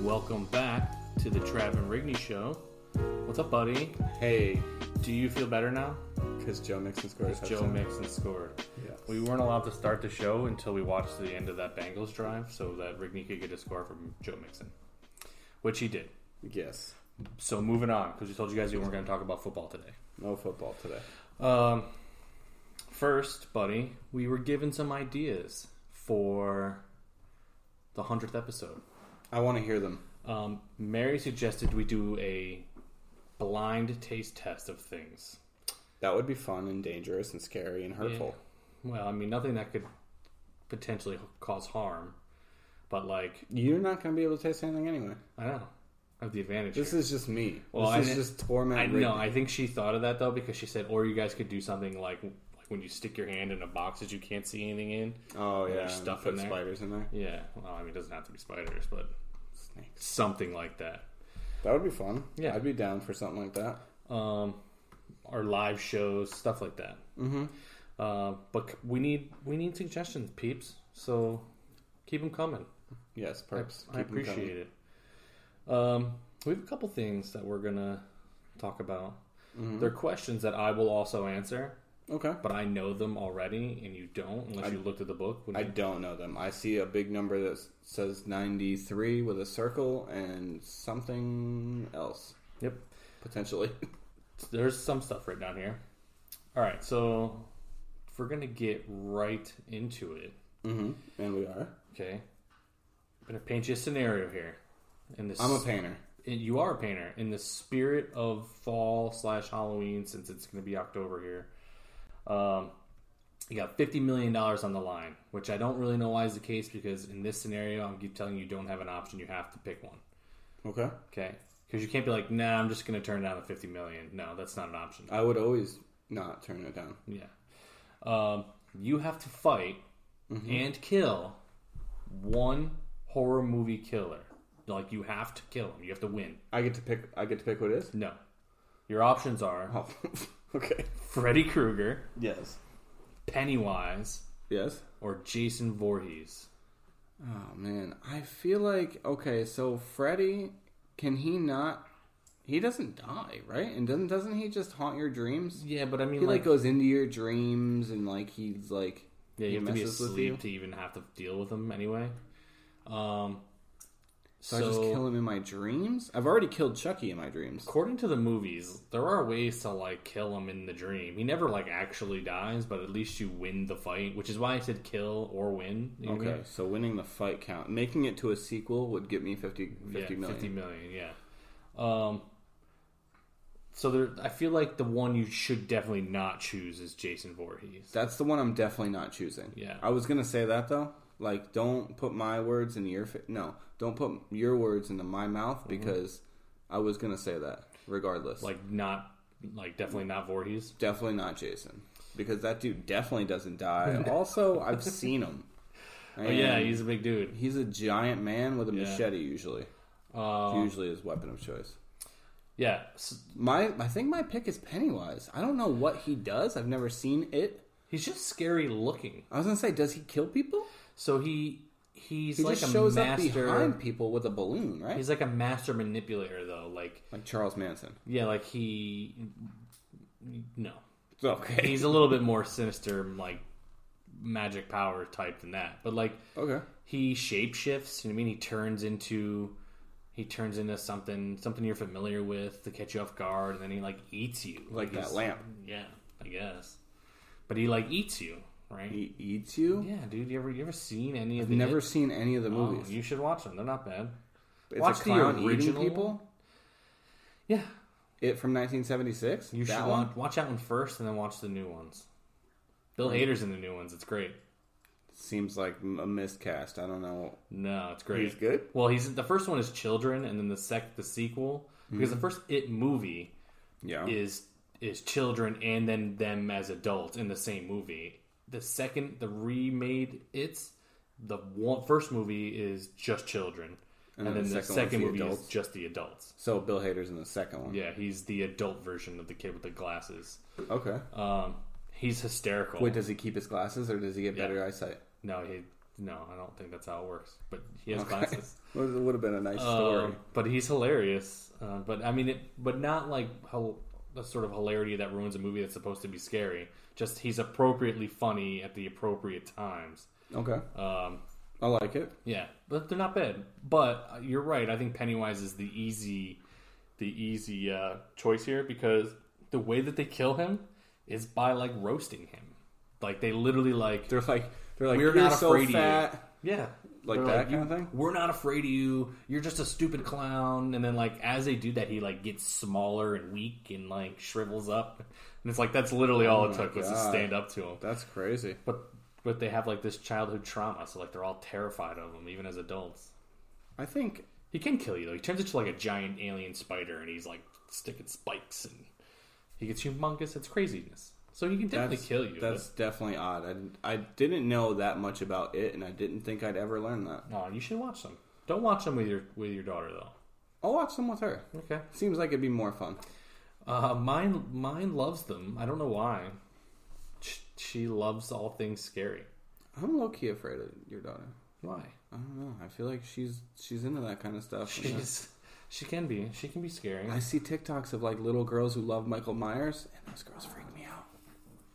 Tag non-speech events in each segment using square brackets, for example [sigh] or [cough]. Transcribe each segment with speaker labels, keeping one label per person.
Speaker 1: Welcome back to the Trav and Rigney Show. What's up, buddy?
Speaker 2: Hey,
Speaker 1: Do you feel better now?
Speaker 2: because Joe Mixon scored a
Speaker 1: Because Joe
Speaker 2: touchdown.
Speaker 1: Mixon scored.
Speaker 2: Yeah.
Speaker 1: We weren't allowed to start the show until we watched the end of that Bengals drive so that Rigney could get a score from Joe Mixon, which he did.
Speaker 2: Yes.
Speaker 1: So moving on, because we told you guys we weren't going to talk about football today.
Speaker 2: No football today.
Speaker 1: Um, first, buddy, we were given some ideas for the 100th episode.
Speaker 2: I want to hear them.
Speaker 1: Um, Mary suggested we do a blind taste test of things.
Speaker 2: That would be fun and dangerous and scary and hurtful.
Speaker 1: Well, I mean, nothing that could potentially cause harm, but like,
Speaker 2: You're not going to be able to taste anything anyway.
Speaker 1: I don't know. I have the advantage.
Speaker 2: This
Speaker 1: here.
Speaker 2: is just me.
Speaker 1: Well,
Speaker 2: this
Speaker 1: I-
Speaker 2: is just torment.
Speaker 1: I
Speaker 2: written.
Speaker 1: know. I think she thought of that though because she said, or you guys could do something like, like when you stick your hand in a box that you can't see anything in.
Speaker 2: oh yeah,
Speaker 1: There's stuff
Speaker 2: put
Speaker 1: in there.
Speaker 2: spiders in there.
Speaker 1: Yeah. Well, I mean, it doesn't have to be spiders, but
Speaker 2: Snakes.
Speaker 1: something like that.
Speaker 2: That would be fun.
Speaker 1: Yeah.
Speaker 2: I'd be down for something like that.
Speaker 1: Um, or live shows, stuff like that.
Speaker 2: Mm-hmm.
Speaker 1: Uh, but c- we need we need suggestions, peeps. So keep them coming.
Speaker 2: Yes,
Speaker 1: I,
Speaker 2: perps.
Speaker 1: I appreciate it. Um, we have a couple things that we're gonna talk about.
Speaker 2: Mm-hmm.
Speaker 1: They're questions that I will also answer,
Speaker 2: it. Okay.
Speaker 1: but I know them already, and you don't unless you looked at the book. When
Speaker 2: I
Speaker 1: you-
Speaker 2: don't know them. I see a big number that s- says 93 with a circle and something else
Speaker 1: yep.
Speaker 2: potentially. [laughs]
Speaker 1: There's some stuff right down here. All right, so if we're gonna get right into it.
Speaker 2: mm-hmm. And we are.
Speaker 1: Okay, I'm gonna paint you a scenario here. In this,
Speaker 2: I'm a painter.
Speaker 1: and you are a painter in the spirit of fall slash Halloween, since it's going to be October here. Um, you got fifty million dollars on the line, which I don't really know why is the case because in this scenario, I'm keep telling you, you don't have an option. You have to pick one,
Speaker 2: Okay.
Speaker 1: okay? Because you can't be like, nah, I'm just going to turn down the fifty million. No, that's not an option.
Speaker 2: I would always not turn it down.
Speaker 1: Yeah, um, you have to fight and kill one horror movie killer. Like you have to kill him. You have to win.
Speaker 2: I get to pick. I get to pick what it is. [laughs]
Speaker 1: No. Your options are
Speaker 2: Oh, okay.
Speaker 1: Freddy Krueger,
Speaker 2: Yes.
Speaker 1: Pennywise,
Speaker 2: Yes.
Speaker 1: or Jason Voorhees.
Speaker 2: Oh man, I feel like okay. So Freddy, can he not? He doesn't die, right? And doesn't doesn't he just haunt your dreams?
Speaker 1: Yeah, but I mean,
Speaker 2: He like
Speaker 1: like,
Speaker 2: goes into your dreams and like he's like
Speaker 1: yeah,
Speaker 2: he
Speaker 1: you have to be
Speaker 2: messes with you.
Speaker 1: asleep to even have to deal with them anyway. Um, so,
Speaker 2: So, I just kill him in my dreams. I've already killed Chucky in my dreams.
Speaker 1: according to the movies, there are ways to like kill him in the dream. He never like actually dies, but at least you win the fight, which is why I said kill or win. You know what I mean?
Speaker 2: Okay, so winning the fight count, making it to a sequel would get me 50, 50
Speaker 1: yeah,
Speaker 2: million.
Speaker 1: 50 million, yeah. Um, so there, I feel like the one you should definitely not choose is Jason Voorhees.
Speaker 2: That's the one I'm definitely not choosing.
Speaker 1: Yeah.
Speaker 2: I was gonna say that though. Like, don't put my words in your fa- no. Don't put your words into my mouth because I was gonna say that regardless.
Speaker 1: Mm-hmm. Like not, like definitely not Voorhees.
Speaker 2: definitely not Jason because that dude definitely
Speaker 1: [laughs]
Speaker 2: doesn't die. also, I've seen him.
Speaker 1: Oh yeah, he's a big dude.
Speaker 2: he's a giant man with a
Speaker 1: Yeah.
Speaker 2: machete. Usually,
Speaker 1: Uh,
Speaker 2: It's usually his weapon of choice.
Speaker 1: yeah, s-
Speaker 2: My I think my pick is Pennywise. I don't know what he does. I've never seen it.
Speaker 1: he's just scary looking.
Speaker 2: I was gonna say, does he kill people?
Speaker 1: So he he's
Speaker 2: He
Speaker 1: like
Speaker 2: just
Speaker 1: a
Speaker 2: shows up
Speaker 1: master.
Speaker 2: behind people with a balloon, right?
Speaker 1: He's like a master manipulator though. Like
Speaker 2: Like Charles Manson.
Speaker 1: yeah, like he no,
Speaker 2: [laughs] Okay.
Speaker 1: he's a little bit more sinister, like magic power type than that. But like
Speaker 2: Okay.
Speaker 1: he shapeshifts. You know what I mean, he turns into he turns into something something you're familiar with to catch you off guard, and then he like eats you.
Speaker 2: Like that
Speaker 1: he's-
Speaker 2: lamp.
Speaker 1: Yeah, I guess. But he like eats you, right?
Speaker 2: He eats you?
Speaker 1: Yeah, dude. You ever you ever seen any of
Speaker 2: I've
Speaker 1: the
Speaker 2: never
Speaker 1: It-
Speaker 2: seen any of the
Speaker 1: Oh,
Speaker 2: movies.
Speaker 1: you should watch them. They're not bad.
Speaker 2: it's
Speaker 1: watch
Speaker 2: a
Speaker 1: the
Speaker 2: clown eating
Speaker 1: original
Speaker 2: people?
Speaker 1: Yeah,
Speaker 2: It from 1976?
Speaker 1: you
Speaker 2: that
Speaker 1: should
Speaker 2: one?
Speaker 1: watch, watch that one first, and then watch the new ones. Bill Hader's in the new ones. It's great.
Speaker 2: Seems like m- a miscast. I don't know.
Speaker 1: No, it's great.
Speaker 2: He's good?
Speaker 1: Well, he's the first one is children, and then the sec the sequel because the
Speaker 2: Mm-hmm.
Speaker 1: first It movie
Speaker 2: Yeah.
Speaker 1: is is children and then them as adults in the same movie. The second, the remade It's the one, first movie is just children, and, then, the second,
Speaker 2: one's the
Speaker 1: movie is
Speaker 2: adults.
Speaker 1: just the adults.
Speaker 2: So Bill Hader's in the second one.
Speaker 1: Yeah, he's the adult version of the kid with the glasses.
Speaker 2: Okay.
Speaker 1: Um, he's hysterical.
Speaker 2: Wait, does he keep his glasses or does he get better eyesight?
Speaker 1: no, he no, I don't think that's how it works. But he has
Speaker 2: [laughs]
Speaker 1: glasses.
Speaker 2: Would, would have been a nice story.
Speaker 1: Um, but he's hilarious. Uh, but I mean, it, but not like how the sort of hilarity that ruins a movie that's supposed to be scary. Just he's appropriately funny at the appropriate times.
Speaker 2: Okay,
Speaker 1: Um,
Speaker 2: I like it.
Speaker 1: yeah, but they're not bad. But uh, you're right. I think Pennywise is the easy, the easy uh, choice here because the way that they kill him is by like roasting him. Like they literally like
Speaker 2: They're like they're like
Speaker 1: We're
Speaker 2: "You're
Speaker 1: not
Speaker 2: so
Speaker 1: afraid of you."
Speaker 2: fat.
Speaker 1: yeah
Speaker 2: Like
Speaker 1: They're
Speaker 2: that kind of thing?
Speaker 1: We're not afraid of you. You're just a stupid clown. And then like as they do that, he like gets smaller and weak and like shrivels up. And it's like that's literally all
Speaker 2: Oh
Speaker 1: it
Speaker 2: my
Speaker 1: took was to
Speaker 2: God.
Speaker 1: stand up to him.
Speaker 2: That's crazy.
Speaker 1: But but they have like this childhood trauma, so like they're all terrified of him even as adults.
Speaker 2: I think
Speaker 1: He can kill you though. He turns into like a giant alien spider, and he's like sticking spikes, and he gets humongous. It's craziness. So he can definitely
Speaker 2: that's,
Speaker 1: kill you.
Speaker 2: That's definitely odd. I, didn't- I didn't know that much about it, and I didn't think I'd ever learn that.
Speaker 1: but- no, you should watch them. Don't watch them with your with your daughter though.
Speaker 2: I'll watch them with her.
Speaker 1: Okay.
Speaker 2: Seems like it'd be more fun.
Speaker 1: Uh, mine mine loves them. I don't know why. Sh- She loves all things scary.
Speaker 2: I'm low key afraid of your daughter.
Speaker 1: Why?
Speaker 2: I don't know. I feel like she's she's into that kind of stuff. And
Speaker 1: She's she can be. She can be scary.
Speaker 2: I see TikToks of like little girls who love Michael Myers, and those girls freak me out.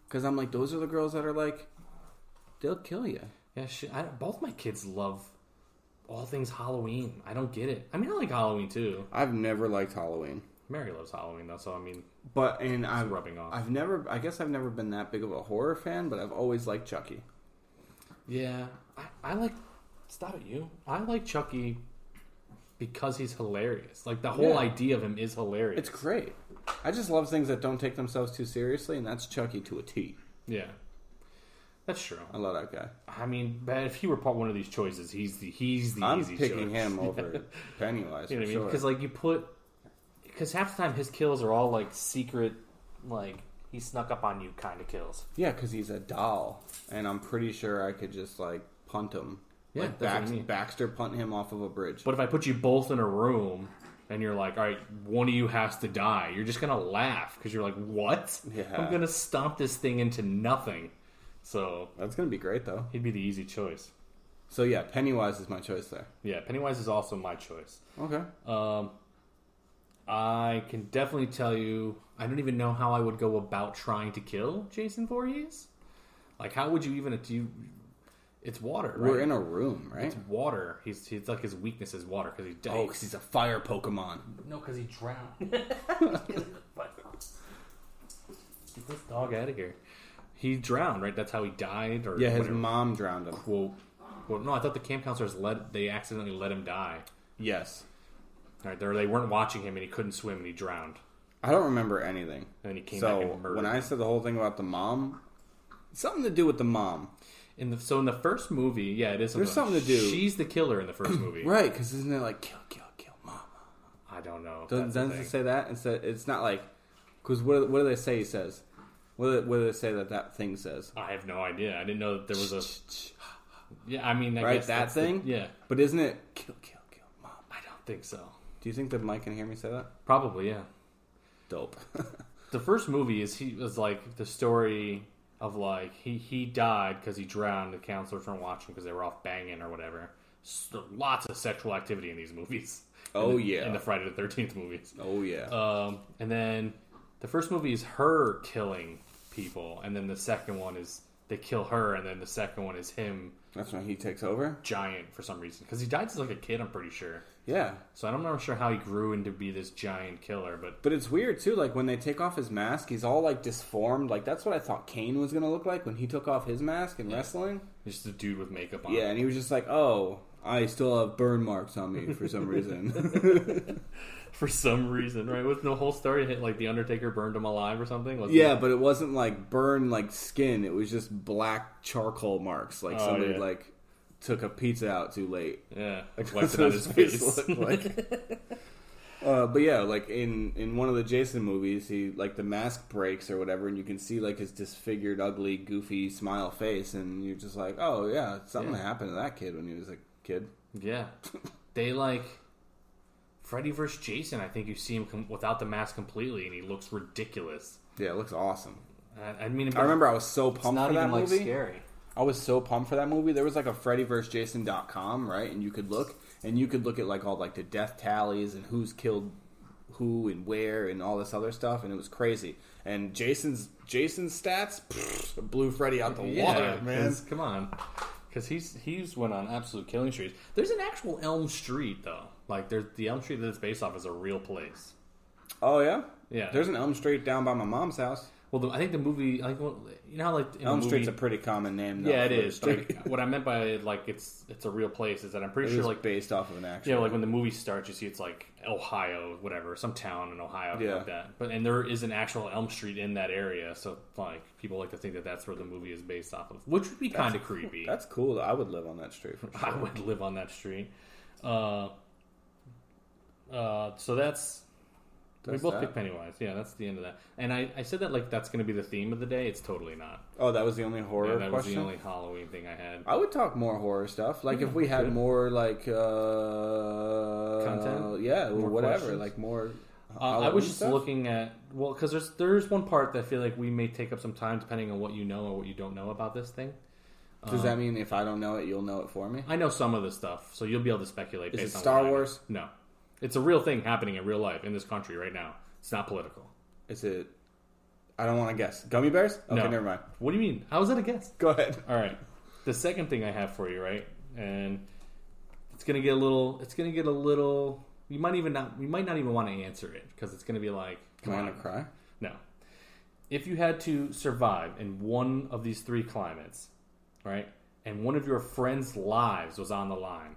Speaker 2: Cause I'm like, those are the girls that are like, they'll kill you.
Speaker 1: Yeah, she, I, both my kids love all things Halloween. I don't get it. I mean, I like Halloween too.
Speaker 2: I've never liked Halloween,
Speaker 1: Mary loves Halloween though, so I mean,
Speaker 2: but and
Speaker 1: it's
Speaker 2: I've
Speaker 1: rubbing off.
Speaker 2: I've never. I guess I've never been that big of a horror fan, but I've always liked Chucky.
Speaker 1: Yeah, I, I like. Stop it, you. I like Chucky because he's hilarious. Like the whole
Speaker 2: Yeah.
Speaker 1: idea of him is hilarious.
Speaker 2: It's great. I just love things that don't take themselves too seriously, and that's Chucky to a T.
Speaker 1: yeah, that's true.
Speaker 2: I love that guy.
Speaker 1: I mean, but if he were part one of these choices, he's the he's the
Speaker 2: I'm
Speaker 1: easy
Speaker 2: picking
Speaker 1: choice. [laughs]
Speaker 2: him over Pennywise.
Speaker 1: You know what I mean?
Speaker 2: for
Speaker 1: Because
Speaker 2: sure.
Speaker 1: like you put, because half the time his kills are all like secret, like he snuck up on you kind of kills.
Speaker 2: yeah, because he's a doll, and I'm pretty sure I could just like punt him.
Speaker 1: Yeah,
Speaker 2: like
Speaker 1: that's what I
Speaker 2: Bax-
Speaker 1: mean.
Speaker 2: Baxter punt him off of a bridge.
Speaker 1: But if I put you both in a room and you're like, all right, one of you has to die, you're just gonna laugh because you're like, what?
Speaker 2: Yeah.
Speaker 1: I'm gonna stomp this thing into nothing. So
Speaker 2: that's gonna be great though.
Speaker 1: he'd be the easy choice.
Speaker 2: So yeah, Pennywise is my choice there.
Speaker 1: Yeah, Pennywise is also my choice.
Speaker 2: Okay.
Speaker 1: Um, I can definitely tell you, I don't even know how I would go about trying to kill Jason Voorhees. Like, how would you even? Do you? It's water, right?
Speaker 2: We're in a room, right?
Speaker 1: it's water. He's, he's like his weakness is water because he
Speaker 2: Oh,
Speaker 1: dies.
Speaker 2: because he's a fire Pokemon.
Speaker 1: No, because he drowned. [laughs] Get this dog out of here. He drowned, right? That's how he died, or
Speaker 2: Yeah, his
Speaker 1: whatever.
Speaker 2: mom drowned him.
Speaker 1: well, well, no, I thought the camp counselors let they accidentally let him die.
Speaker 2: Yes.
Speaker 1: All right, they they weren't watching him, and he couldn't swim, and he drowned.
Speaker 2: I don't remember anything.
Speaker 1: And then he came
Speaker 2: so
Speaker 1: back and murdered.
Speaker 2: when I said the whole thing about the mom, something to do with the mom,
Speaker 1: in the, so in the first movie, yeah, it is.
Speaker 2: There's something to do.
Speaker 1: She's the killer in the
Speaker 2: [clears throat]
Speaker 1: first movie.
Speaker 2: right? Because isn't it like kill, kill, kill, mama?
Speaker 1: I don't know. if
Speaker 2: Doesn't
Speaker 1: that's the
Speaker 2: doesn't it
Speaker 1: thing.
Speaker 2: say that? It's it's not like because what what do they say? He says. What do, what do they say that that thing says?
Speaker 1: I have no idea. I didn't know that there
Speaker 2: [sniffs]
Speaker 1: was a. Yeah, I mean, I
Speaker 2: Right,
Speaker 1: guess
Speaker 2: that
Speaker 1: that's the-
Speaker 2: thing?
Speaker 1: yeah,
Speaker 2: But isn't it kill, kill, kill, mama?
Speaker 1: I don't think so.
Speaker 2: Do you think that Mike can hear me say that?
Speaker 1: Probably, yeah.
Speaker 2: Dope.
Speaker 1: the first movie is he was like the story of like he he died because he drowned. The counselors weren't watching because they were off banging or whatever. So lots of sexual activity in these movies.
Speaker 2: [laughs] Oh,
Speaker 1: In the-
Speaker 2: yeah.
Speaker 1: in the Friday the Thirteenth movies.
Speaker 2: oh yeah.
Speaker 1: Um, and then the first movie is her killing people, and then the second one is they kill her, and then the second one is him
Speaker 2: That's when he takes over.
Speaker 1: giant for some reason because he died as like a kid. I'm pretty sure.
Speaker 2: Yeah.
Speaker 1: So I'm not sure how he grew into be this giant killer, but
Speaker 2: But it's weird too. Like when they take off his mask, he's all like disformed. Like that's what I thought Kane was gonna look like when he took off his mask in wrestling.
Speaker 1: just a dude with makeup on.
Speaker 2: Yeah, and he was just like, "Oh, I still have burn marks on me for
Speaker 1: [laughs]
Speaker 2: some reason." [laughs]
Speaker 1: for some reason, right? With the whole story, hit like the Undertaker burned him alive or something. Wasn't
Speaker 2: yeah,
Speaker 1: it?
Speaker 2: but it wasn't like burn like skin; it was just black charcoal marks, like
Speaker 1: Oh,
Speaker 2: somebody
Speaker 1: yeah.
Speaker 2: like took a pizza out too late.
Speaker 1: yeah,
Speaker 2: [laughs] Like,
Speaker 1: wiped
Speaker 2: that's
Speaker 1: it on
Speaker 2: what
Speaker 1: his
Speaker 2: his face
Speaker 1: face.
Speaker 2: looked like.
Speaker 1: [laughs]
Speaker 2: Uh, but yeah, like in in one of the Jason movies, he like the mask breaks or whatever, and you can see like his disfigured, ugly, goofy smile face, and you're just like, "Oh yeah, something
Speaker 1: Yeah.
Speaker 2: happened to that kid when he was a kid."
Speaker 1: yeah, they like Freddy versus Jason. I think you see him com- without the mask completely, and he looks ridiculous.
Speaker 2: Yeah, it looks awesome.
Speaker 1: I, I mean,
Speaker 2: I remember I was so pumped
Speaker 1: it's not
Speaker 2: for that
Speaker 1: even like
Speaker 2: movie.
Speaker 1: scary.
Speaker 2: I was so pumped for that movie. There was like a Freddy vs. Jason.com, right? And you could look and you could look at like all like the death tallies and who's killed who and where and all this other stuff and it was crazy. And Jason's Jason's stats pfft, blew Freddy out the water, man.
Speaker 1: 'cause- Come on, because he's he's went on absolute killing streets. There's an actual Elm Street though. Like there's the Elm Street that it's based off is a real place.
Speaker 2: Oh yeah?
Speaker 1: Yeah.
Speaker 2: There's an Elm Street down by my mom's house.
Speaker 1: Well, the, I think the movie, like well, you know, how, like in the
Speaker 2: Elm
Speaker 1: movie-
Speaker 2: Street's a pretty common name though.
Speaker 1: yeah,
Speaker 2: [laughs]
Speaker 1: it
Speaker 2: for a
Speaker 1: is. But [laughs]
Speaker 2: street.
Speaker 1: like, what I meant by like it's it's a real place is that I'm pretty
Speaker 2: It
Speaker 1: sure
Speaker 2: was
Speaker 1: like
Speaker 2: based off of an actual
Speaker 1: Yeah, like when the movie starts, you see it's like Ohio, whatever, some town in Ohio, yeah.
Speaker 2: Yeah.
Speaker 1: like that. But and there is an actual Elm Street in that area, so like people like to think that that's where the movie is based off of, which would be kind of creepy.
Speaker 2: That's cool. I would live on that street for
Speaker 1: [laughs] I would live on that street. Uh, uh, so that's, we
Speaker 2: That's
Speaker 1: both
Speaker 2: that.
Speaker 1: picked Pennywise. Yeah, that's the end of that. And I, I said that like that's going to be the theme of the day. It's totally not.
Speaker 2: Oh, that was the only
Speaker 1: Yeah,
Speaker 2: horror
Speaker 1: that was
Speaker 2: question. Uh,
Speaker 1: the only Halloween thing I had.
Speaker 2: I would talk more horror stuff. Like if we had
Speaker 1: good.
Speaker 2: more like uh
Speaker 1: Content?
Speaker 2: yeah,
Speaker 1: More
Speaker 2: whatever.
Speaker 1: questions?
Speaker 2: Like more.
Speaker 1: Uh, I
Speaker 2: Halloween
Speaker 1: was just
Speaker 2: stuff?
Speaker 1: looking at well, because there's there's one part that I feel like we may take up some time depending on what you know or what you don't know about this thing.
Speaker 2: Does
Speaker 1: Um,
Speaker 2: that mean if I don't know it, you'll know it for me?
Speaker 1: I know some of the stuff, so you'll be able to speculate.
Speaker 2: Is it
Speaker 1: based on
Speaker 2: Star
Speaker 1: what I know.
Speaker 2: Wars?
Speaker 1: No, it's a real thing happening in real life in this country right now. It's not political.
Speaker 2: Is it? I don't want to guess. Gummy bears? Okay,
Speaker 1: No.
Speaker 2: never mind.
Speaker 1: What do you mean? How is that a guess?
Speaker 2: Go ahead.
Speaker 1: All right. The second thing I have for you, right, and it's gonna get a little. It's gonna get a little. You might even not. You might not even want to answer it because it's gonna be like,
Speaker 2: Am
Speaker 1: come
Speaker 2: I
Speaker 1: on,
Speaker 2: gonna cry?
Speaker 1: No. If you had to survive in one of these three climates, right, and one of your friends' lives was on the line,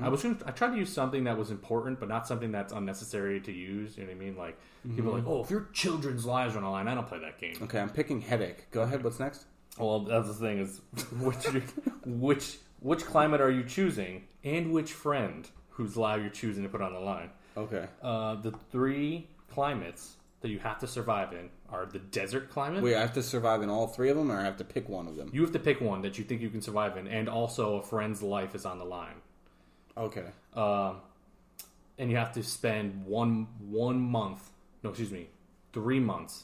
Speaker 1: I was gonna, I tried to use something that was important, but not something that's unnecessary to use. You know what I mean? Like people are like, oh, if your children's lives are on the line, I don't play that game.
Speaker 2: Okay, I'm picking headache. Go ahead. What's next?
Speaker 1: Well, that's the thing is, [laughs] which which which climate are you choosing, and which friend whose life you're choosing to put on the line?
Speaker 2: Okay.
Speaker 1: Uh, the three climates that you have to survive in are the desert climate.
Speaker 2: Wait, I have to survive in all three of them, or I have to pick one of them?
Speaker 1: You have to pick one that you think you can survive in, and also a friend's life is on the line.
Speaker 2: Okay.
Speaker 1: Um, and you have to spend one one month, no, excuse me, three months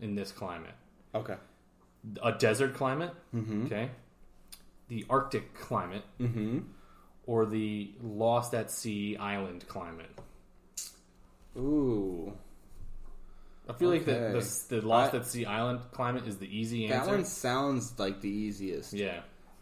Speaker 1: in this climate,
Speaker 2: Okay.
Speaker 1: a desert climate, okay, the Arctic climate,
Speaker 2: Mm-hmm.
Speaker 1: or the lost at sea island climate.
Speaker 2: Ooh.
Speaker 1: I feel like
Speaker 2: Okay.
Speaker 1: the, the, the lost
Speaker 2: I-
Speaker 1: at sea island climate is the easy
Speaker 2: That
Speaker 1: answer.
Speaker 2: one sounds like the easiest.
Speaker 1: yeah,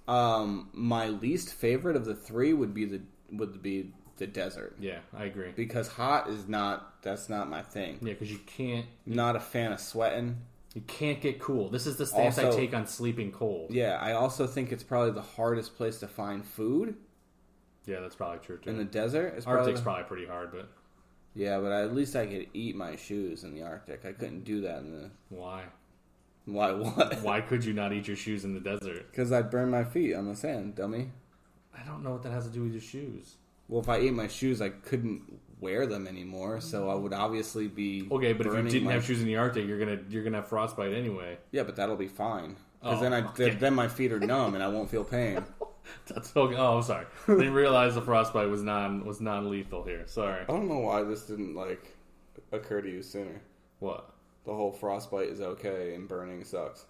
Speaker 2: Um, my least favorite of the three would be the would be the desert
Speaker 1: yeah, I agree. Yeah,
Speaker 2: because hot is not that's not my thing.
Speaker 1: because you can't
Speaker 2: Not a fan of sweating.
Speaker 1: you can't get cool. This is the stance I
Speaker 2: Also-
Speaker 1: take on sleeping cold.
Speaker 2: Yeah, I also think it's probably the hardest place to find food
Speaker 1: Yeah, that's probably true too.
Speaker 2: in the desert. It's probably,
Speaker 1: Arctic's probably pretty hard, but
Speaker 2: yeah, but at least I could eat my shoes in the Arctic. I couldn't do that in the
Speaker 1: why?
Speaker 2: why what? [laughs]
Speaker 1: Why could you not eat your shoes in the desert?
Speaker 2: Because I'd burn my feet on the sand, dummy.
Speaker 1: I don't know what that has to do with your shoes.
Speaker 2: Well, if I ate my shoes, I couldn't wear them anymore, so I would obviously be
Speaker 1: Okay, but if
Speaker 2: burning
Speaker 1: you didn't
Speaker 2: my
Speaker 1: have shoes in the Arctic, you're gonna you're gonna have frostbite anyway.
Speaker 2: Yeah, but that'll be fine. Because
Speaker 1: Oh,
Speaker 2: then I
Speaker 1: okay.
Speaker 2: th- then my feet are numb and I won't feel pain.
Speaker 1: That's okay. Oh, I'm sorry. [laughs] they realized the frostbite was non was non lethal here. Sorry.
Speaker 2: I don't know why this didn't like occur to you sooner.
Speaker 1: What?
Speaker 2: The whole frostbite is okay and burning sucks.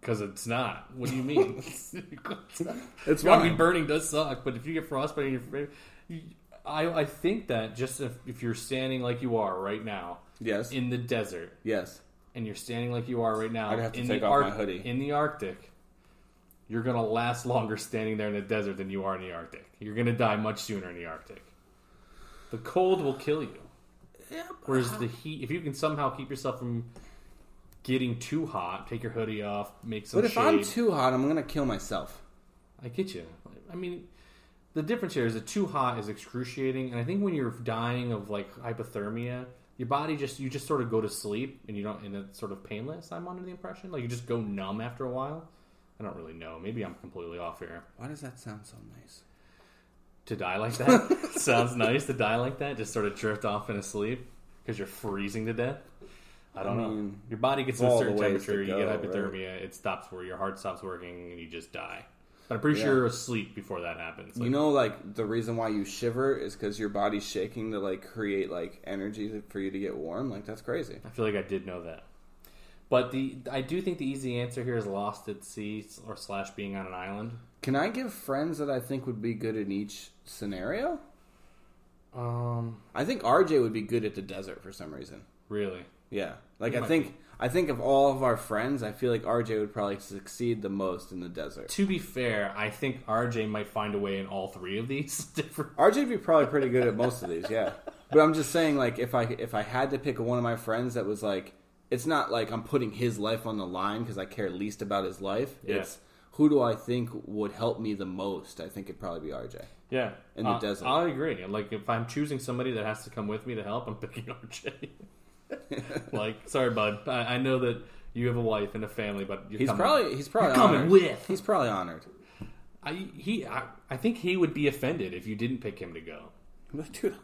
Speaker 1: Because it's not. What do you
Speaker 2: [laughs]
Speaker 1: mean?
Speaker 2: It's
Speaker 1: I mean, burning does suck, but if you get frostbite in your face, you- I I think that just if, if you're standing like you are right now
Speaker 2: Yes.
Speaker 1: in the desert,
Speaker 2: yes.
Speaker 1: and you're standing like you are right now
Speaker 2: I'd have to
Speaker 1: in
Speaker 2: take
Speaker 1: the
Speaker 2: off my
Speaker 1: Arc-
Speaker 2: hoodie.
Speaker 1: in the Arctic, you're gonna last longer standing there in the desert than you are in the Arctic. You're gonna die much sooner in the Arctic. The cold will kill you. Whereas the
Speaker 2: Uh-huh.
Speaker 1: heat, if you can somehow keep yourself from getting too hot, take your hoodie off, make some
Speaker 2: But if
Speaker 1: shade.
Speaker 2: I'm too hot, I'm gonna kill myself.
Speaker 1: I get you. I mean, the difference here is that too hot is excruciating, and I think when you're dying of like hypothermia, your body just you just sort of go to sleep and you don't, and it's sort of painless. I'm under the impression like you just go numb after a while. I don't really know. Maybe I'm completely off here.
Speaker 2: Why does that sound so nice?
Speaker 1: To die like
Speaker 2: [laughs]
Speaker 1: that sounds nice. To die like that, just sort of drift off in a sleep because you're freezing to death. I don't
Speaker 2: I
Speaker 1: know.
Speaker 2: mean,
Speaker 1: Your body gets to a
Speaker 2: all
Speaker 1: certain
Speaker 2: the ways to
Speaker 1: temperature, you get
Speaker 2: go, right?
Speaker 1: hypothermia. It stops where your heart stops working, and you just die. But I'm pretty
Speaker 2: Yeah.
Speaker 1: sure you're asleep before that happens.
Speaker 2: You know, like the reason why you shiver is because your body's shaking to like create like energy to- for you to get warm. Like that's crazy.
Speaker 1: I feel like I did know that. But the I do think the easy answer here is lost at sea or slash being on an island.
Speaker 2: Can I give friends that I think would be good in each scenario?
Speaker 1: Um,
Speaker 2: I think RJ would be good at the desert for some reason.
Speaker 1: really,
Speaker 2: Yeah, like
Speaker 1: He
Speaker 2: I
Speaker 1: might
Speaker 2: think I think of all of our friends, I feel like RJ would probably succeed the most in the desert.
Speaker 1: to be fair, I think RJ might find a way in all three of these [laughs] different.
Speaker 2: RJ would be probably pretty good at most of these, yeah. But I'm just saying, like if I if I had to pick one of my friends that was like, it's not like I'm putting his life on the line because I care least about his life.
Speaker 1: Yeah.
Speaker 2: It's who do I think would help me the most? I think it'd probably be RJ.
Speaker 1: Yeah, Uh,
Speaker 2: In the desert.
Speaker 1: I agree. Like if I'm choosing somebody that has to come with me to help, I'm [laughs] picking RJ.
Speaker 2: [laughs]
Speaker 1: like, sorry, bud. I, I know that you have a wife and a family, but you're
Speaker 2: He's
Speaker 1: coming.
Speaker 2: probably he's probably
Speaker 1: You're coming
Speaker 2: honored.
Speaker 1: with.
Speaker 2: He's probably honored.
Speaker 1: I he I, I think he would be offended if you didn't pick him to
Speaker 2: [laughs]
Speaker 1: go.
Speaker 2: Dude,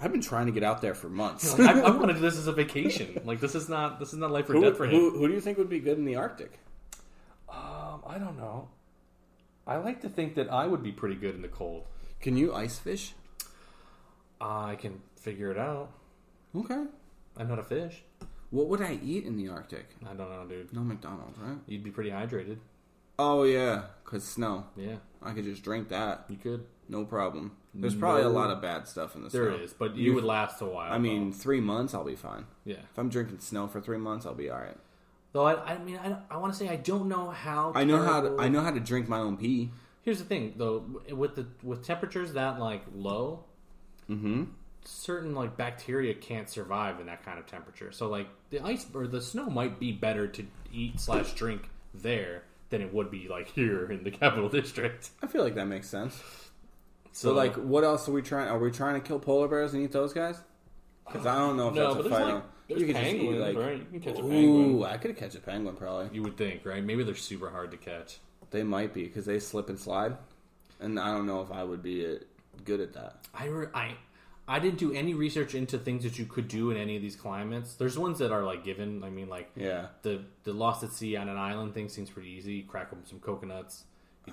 Speaker 2: I've been trying to get out there for months.
Speaker 1: Like, I, I want to do this as a vacation. Like this is not this is not life or
Speaker 2: who,
Speaker 1: death for him.
Speaker 2: who, who do you think would be good in the Arctic?
Speaker 1: Um, I don't know. I like to think that I would be pretty good in the cold.
Speaker 2: Can you ice fish?
Speaker 1: I can figure it out.
Speaker 2: Okay.
Speaker 1: I'm not a fish.
Speaker 2: What would I eat in the Arctic?
Speaker 1: I don't know, dude.
Speaker 2: No McDonald's, right?
Speaker 1: You'd be pretty hydrated.
Speaker 2: Oh yeah, cause snow.
Speaker 1: Yeah,
Speaker 2: I could just drink that,
Speaker 1: you could.
Speaker 2: no problem. There's probably
Speaker 1: No.
Speaker 2: a lot of bad stuff in the
Speaker 1: There
Speaker 2: snow.
Speaker 1: it is, but you would last a while.
Speaker 2: I mean, three months I'll be fine.
Speaker 1: though. yeah.
Speaker 2: If I'm drinking snow for three months, I'll be all right.
Speaker 1: Though I, I mean, I, don't- I want to say I don't know how.
Speaker 2: I know how to.
Speaker 1: terrible-
Speaker 2: I know how to drink my own pee.
Speaker 1: Here's the thing, though, with the with temperatures that like low,
Speaker 2: Mm-hmm.
Speaker 1: certain like bacteria can't survive in that kind of temperature. So like the ice or the snow might be better to eat slash drink there than it would be like here in the capital [laughs] district.
Speaker 2: I feel like that makes sense.
Speaker 1: So
Speaker 2: So, like, what else are we trying? Are we trying to kill polar bears and eat those guys? Because I don't know if
Speaker 1: no,
Speaker 2: that's
Speaker 1: but
Speaker 2: a
Speaker 1: there's
Speaker 2: fight.
Speaker 1: like there's penguins, right? You can catch a penguin.
Speaker 2: Ooh, I could catch a penguin probably.
Speaker 1: You would think, right? Maybe they're super hard to catch.
Speaker 2: They might be because they slip and slide, and I don't know if I would be uh, good at that.
Speaker 1: I, re- I I didn't do any research into things that you could do in any of these climates. There's ones that are like given. I mean, like
Speaker 2: Yeah,
Speaker 1: the the lost at sea on an island thing seems pretty easy. You crack open some coconuts.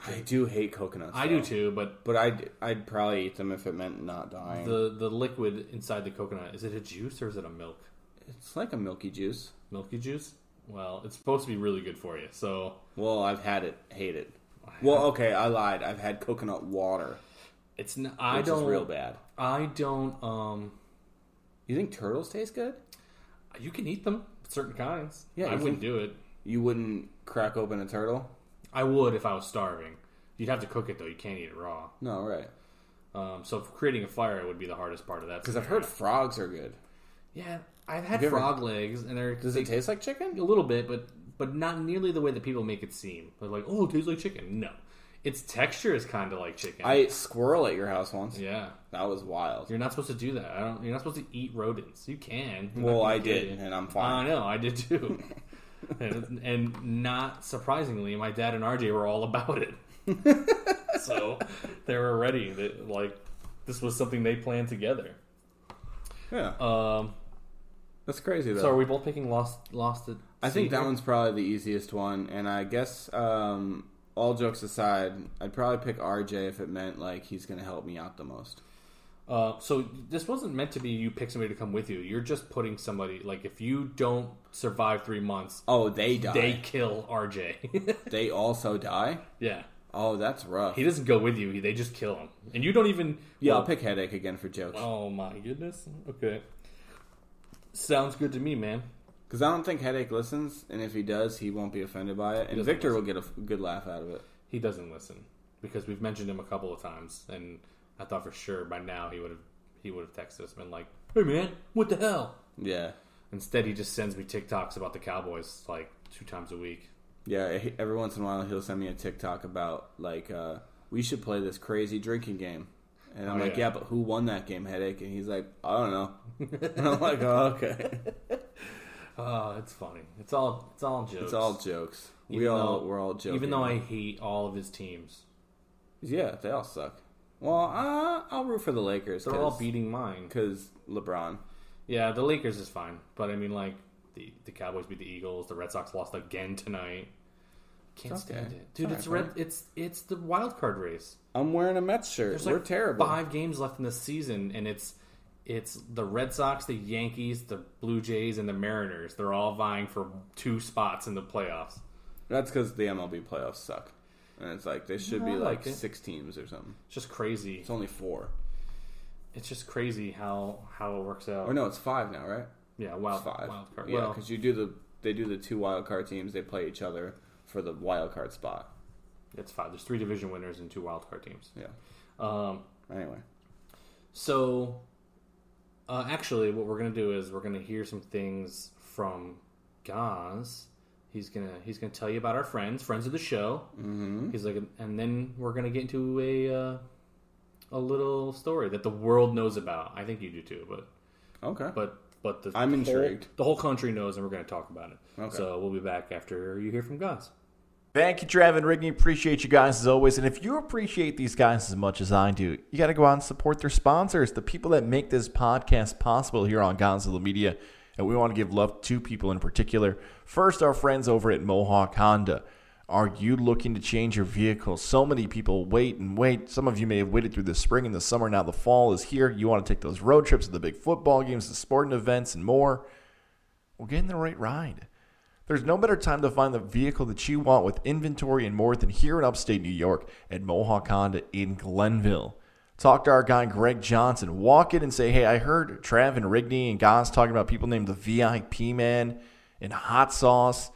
Speaker 2: I do hate coconuts.
Speaker 1: I do
Speaker 2: though.
Speaker 1: too, but
Speaker 2: but I'd I'd probably eat them if it meant not dying.
Speaker 1: the the liquid inside the coconut is it a juice or is it a milk?
Speaker 2: It's like a milky juice.
Speaker 1: Milky juice. Well, it's supposed to be really good for you. So
Speaker 2: Well, I've had it, hate it. Well, okay, I lied. I've had coconut water,
Speaker 1: it's n I
Speaker 2: which
Speaker 1: don't.
Speaker 2: is real bad.
Speaker 1: I don't. Um,
Speaker 2: You think turtles taste good?
Speaker 1: you can eat them certain kinds.
Speaker 2: Yeah,
Speaker 1: I
Speaker 2: you
Speaker 1: wouldn't
Speaker 2: can-
Speaker 1: do it.
Speaker 2: You wouldn't crack open a turtle?
Speaker 1: I would if I was starving. You'd have to cook it though. You can't eat it raw.
Speaker 2: No, right?
Speaker 1: Um, so creating a fire would be the hardest part of that.
Speaker 2: Because I've
Speaker 1: scenario.
Speaker 2: heard frogs are good.
Speaker 1: Yeah, I've had
Speaker 2: you ever-
Speaker 1: frog legs, and they're
Speaker 2: Does it taste like chicken?
Speaker 1: a little bit, but but not nearly the way that people make it seem. They're like, oh, it tastes like chicken. No, its texture is kind of like chicken.
Speaker 2: I ate squirrel at your house once.
Speaker 1: yeah,
Speaker 2: That was wild.
Speaker 1: you're not supposed to do that. I don't. You're not supposed to eat rodents. You can.
Speaker 2: Well, I
Speaker 1: Okay.
Speaker 2: did, and I'm
Speaker 1: I
Speaker 2: fine.
Speaker 1: know, I did
Speaker 2: [laughs]
Speaker 1: too. and, and not surprisingly, my dad and RJ were all about
Speaker 2: [laughs]
Speaker 1: it. so they were ready. That like this was something they planned together.
Speaker 2: Yeah,
Speaker 1: Um,
Speaker 2: that's crazy though.
Speaker 1: so are we both picking Lost? Lost at
Speaker 2: I think
Speaker 1: Sea
Speaker 2: that
Speaker 1: here?
Speaker 2: one's probably the easiest one, and I guess um, all jokes aside, I'd probably pick RJ if it meant like he's going to help me out the most.
Speaker 1: Uh, so this wasn't meant to be you pick somebody to come with you. You're just putting somebody like if you don't survive three months,
Speaker 2: Oh, they die.
Speaker 1: they
Speaker 2: They,
Speaker 1: kill RJ.
Speaker 2: also die.
Speaker 1: [laughs] yeah,
Speaker 2: Oh, that's rough.
Speaker 1: he doesn't go with you. He, they just kill him, and you don't even.
Speaker 2: yeah,
Speaker 1: well,
Speaker 2: I'll pick headache again for jokes
Speaker 1: Oh my goodness. Okay. Sounds good to me, man.
Speaker 2: because I don't think headache listens, and if he does, he won't be offended by it, and
Speaker 1: doesn't
Speaker 2: Victor will get a f- good laugh out of it.
Speaker 1: He doesn't listen because we've mentioned him a couple of times, and I thought for sure by now he would have he would have texted us and been like, "Hey, man, what the hell."
Speaker 2: Yeah,
Speaker 1: Instead, he just sends me TikToks about the Cowboys like two times a week.
Speaker 2: yeah. he- Every once in a while, he'll send me a TikTok about like uh, we should play this crazy drinking game. And I'm
Speaker 1: Oh,
Speaker 2: like,
Speaker 1: yeah.
Speaker 2: yeah, but who won that game, headache? And he's like, I
Speaker 1: [laughs]
Speaker 2: don't know. [laughs] And I'm like, oh, okay.
Speaker 1: Oh, it's funny. It's all it's all jokes.
Speaker 2: It's all jokes. We
Speaker 1: Even
Speaker 2: all
Speaker 1: though-
Speaker 2: we're all joking.
Speaker 1: Even though I hate all of his teams,
Speaker 2: yeah, they all suck. Well, uh, I'll root for the Lakers.
Speaker 1: they're all beating mine.
Speaker 2: because LeBron.
Speaker 1: Yeah, the Lakers is fine, but I mean, like the the Cowboys beat the Eagles. The Red Sox lost again tonight. Can't
Speaker 2: It's okay.
Speaker 1: stand it, dude.
Speaker 2: It's
Speaker 1: It's,
Speaker 2: alright,
Speaker 1: red. It's it's the wild card race.
Speaker 2: I'm wearing a Mets shirt.
Speaker 1: There's
Speaker 2: We're
Speaker 1: like
Speaker 2: terrible.
Speaker 1: Five games left in the season, and it's it's the Red Sox, the Yankees, the Blue Jays, and the Mariners. They're all vying for two spots in the playoffs.
Speaker 2: That's because the MLB playoffs suck, and it's like they should
Speaker 1: No,
Speaker 2: be
Speaker 1: I
Speaker 2: like
Speaker 1: like it.
Speaker 2: six teams or something.
Speaker 1: It's just crazy.
Speaker 2: It's only four,
Speaker 1: It's just crazy how how it works out.
Speaker 2: or no, it's five now, right?
Speaker 1: Yeah, wild,
Speaker 2: It's five.
Speaker 1: wild card.
Speaker 2: Yeah,
Speaker 1: well,
Speaker 2: because you do the they do the two wild card teams. They play each other for the wild card spot.
Speaker 1: it's five. There's three division winners and two wild card teams.
Speaker 2: Yeah.
Speaker 1: Um,
Speaker 2: Anyway,
Speaker 1: So, uh, actually, what we're gonna do is we're gonna hear some things from Gaz. He's gonna he's gonna tell you about our friends, friends of the show. Mm-hmm. He's like, and then we're gonna get into a uh, a little story that the world knows about. I think you do too, but
Speaker 2: okay.
Speaker 1: but but the
Speaker 2: I'm
Speaker 1: the whole-
Speaker 2: intrigued.
Speaker 1: the whole country knows, and we're gonna talk about it.
Speaker 2: Okay.
Speaker 1: So we'll be back after you hear from Gaz.
Speaker 3: Thank you, Trav and Ricky. Appreciate you guys as always. And if you appreciate these guys as much as I do, you got to go out and support their sponsors, the people that make this podcast possible here on Gonzalo Media. And we want to give love to people in particular. First, our friends over at Mohawk Honda. Are you looking to change your vehicle? So many people wait and wait. Some of you may have waited through the spring and the summer. Now the fall is here. You want to take those road trips to the big football games, the sporting events, and more. Well, get in the right ride. There's no better time to find the vehicle that you want with inventory and more than here in upstate New York at Mohawk Honda in Glenville. Talk to our guy Greg Johnson. Walk in and say, hey, I heard Trav and Rigney and Gaz talking about people named the VIP Man and Hot Sauce.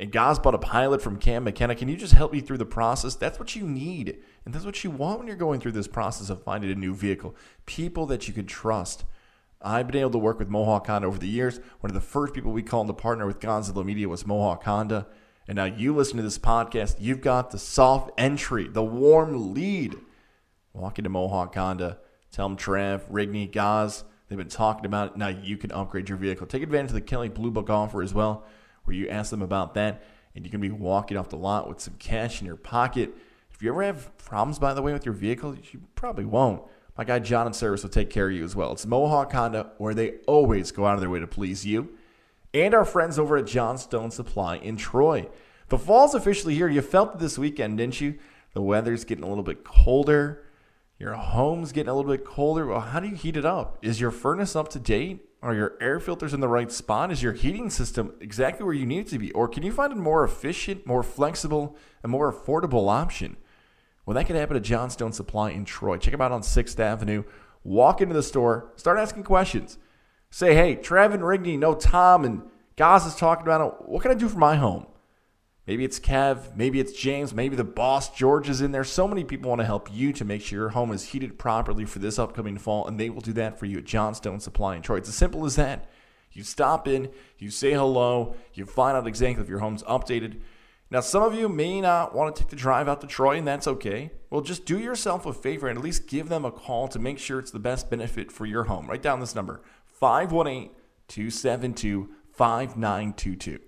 Speaker 3: And Gaz bought a pilot from Cam McKenna. Can you just help me through the process? That's what you need. And that's what you want when you're going through this process of finding a new vehicle. People that you can trust. I've been able to work with Mohawk Honda over the years. One of the first people we called to partner with Gonzalo Media was Mohawk Honda. And now you listen to this podcast, you've got the soft entry, the warm lead. Walk into Mohawk Honda, tell them Trav, Rigney, Gaz, they've been talking about it. Now you can upgrade your vehicle. Take advantage of the Kelly Blue Book offer as well, where you ask them about that, and you can be walking off the lot with some cash in your pocket. If you ever have problems, by the way, with your vehicle, you probably won't. My guy John in service will take care of you as well. It's Mohawk Honda, where they always go out of their way to please you and our friends over at Johnstone Supply in Troy. The fall's officially here. You felt it this weekend, didn't you? The weather's getting a little bit colder. Your home's getting a little bit colder. Well, how do you heat it up? Is your furnace up to date? Are your air filters in the right spot? Is your heating system exactly where you need it to be? Or can you find a more efficient, more flexible, and more affordable option? Well, that could happen at Johnstone Supply in Troy. Check them out on 6th Avenue. Walk into the store, start asking questions. Say, hey, Trav and Rigney know Tom and Gaz is talking about it. What can I do for my home? Maybe it's Kev, maybe it's James, maybe the boss George is in there. So many people want to help you to make sure your home is heated properly for this upcoming fall, and they will do that for you at Johnstone Supply in Troy. It's as simple as that. You stop in, you say hello, you find out exactly if your home's updated. Now, some of you may not want to take the drive out to Troy, and that's okay. Well, just do yourself a favor and at least give them a call to make sure it's the best benefit for your home. Write down this number 518 272 5922.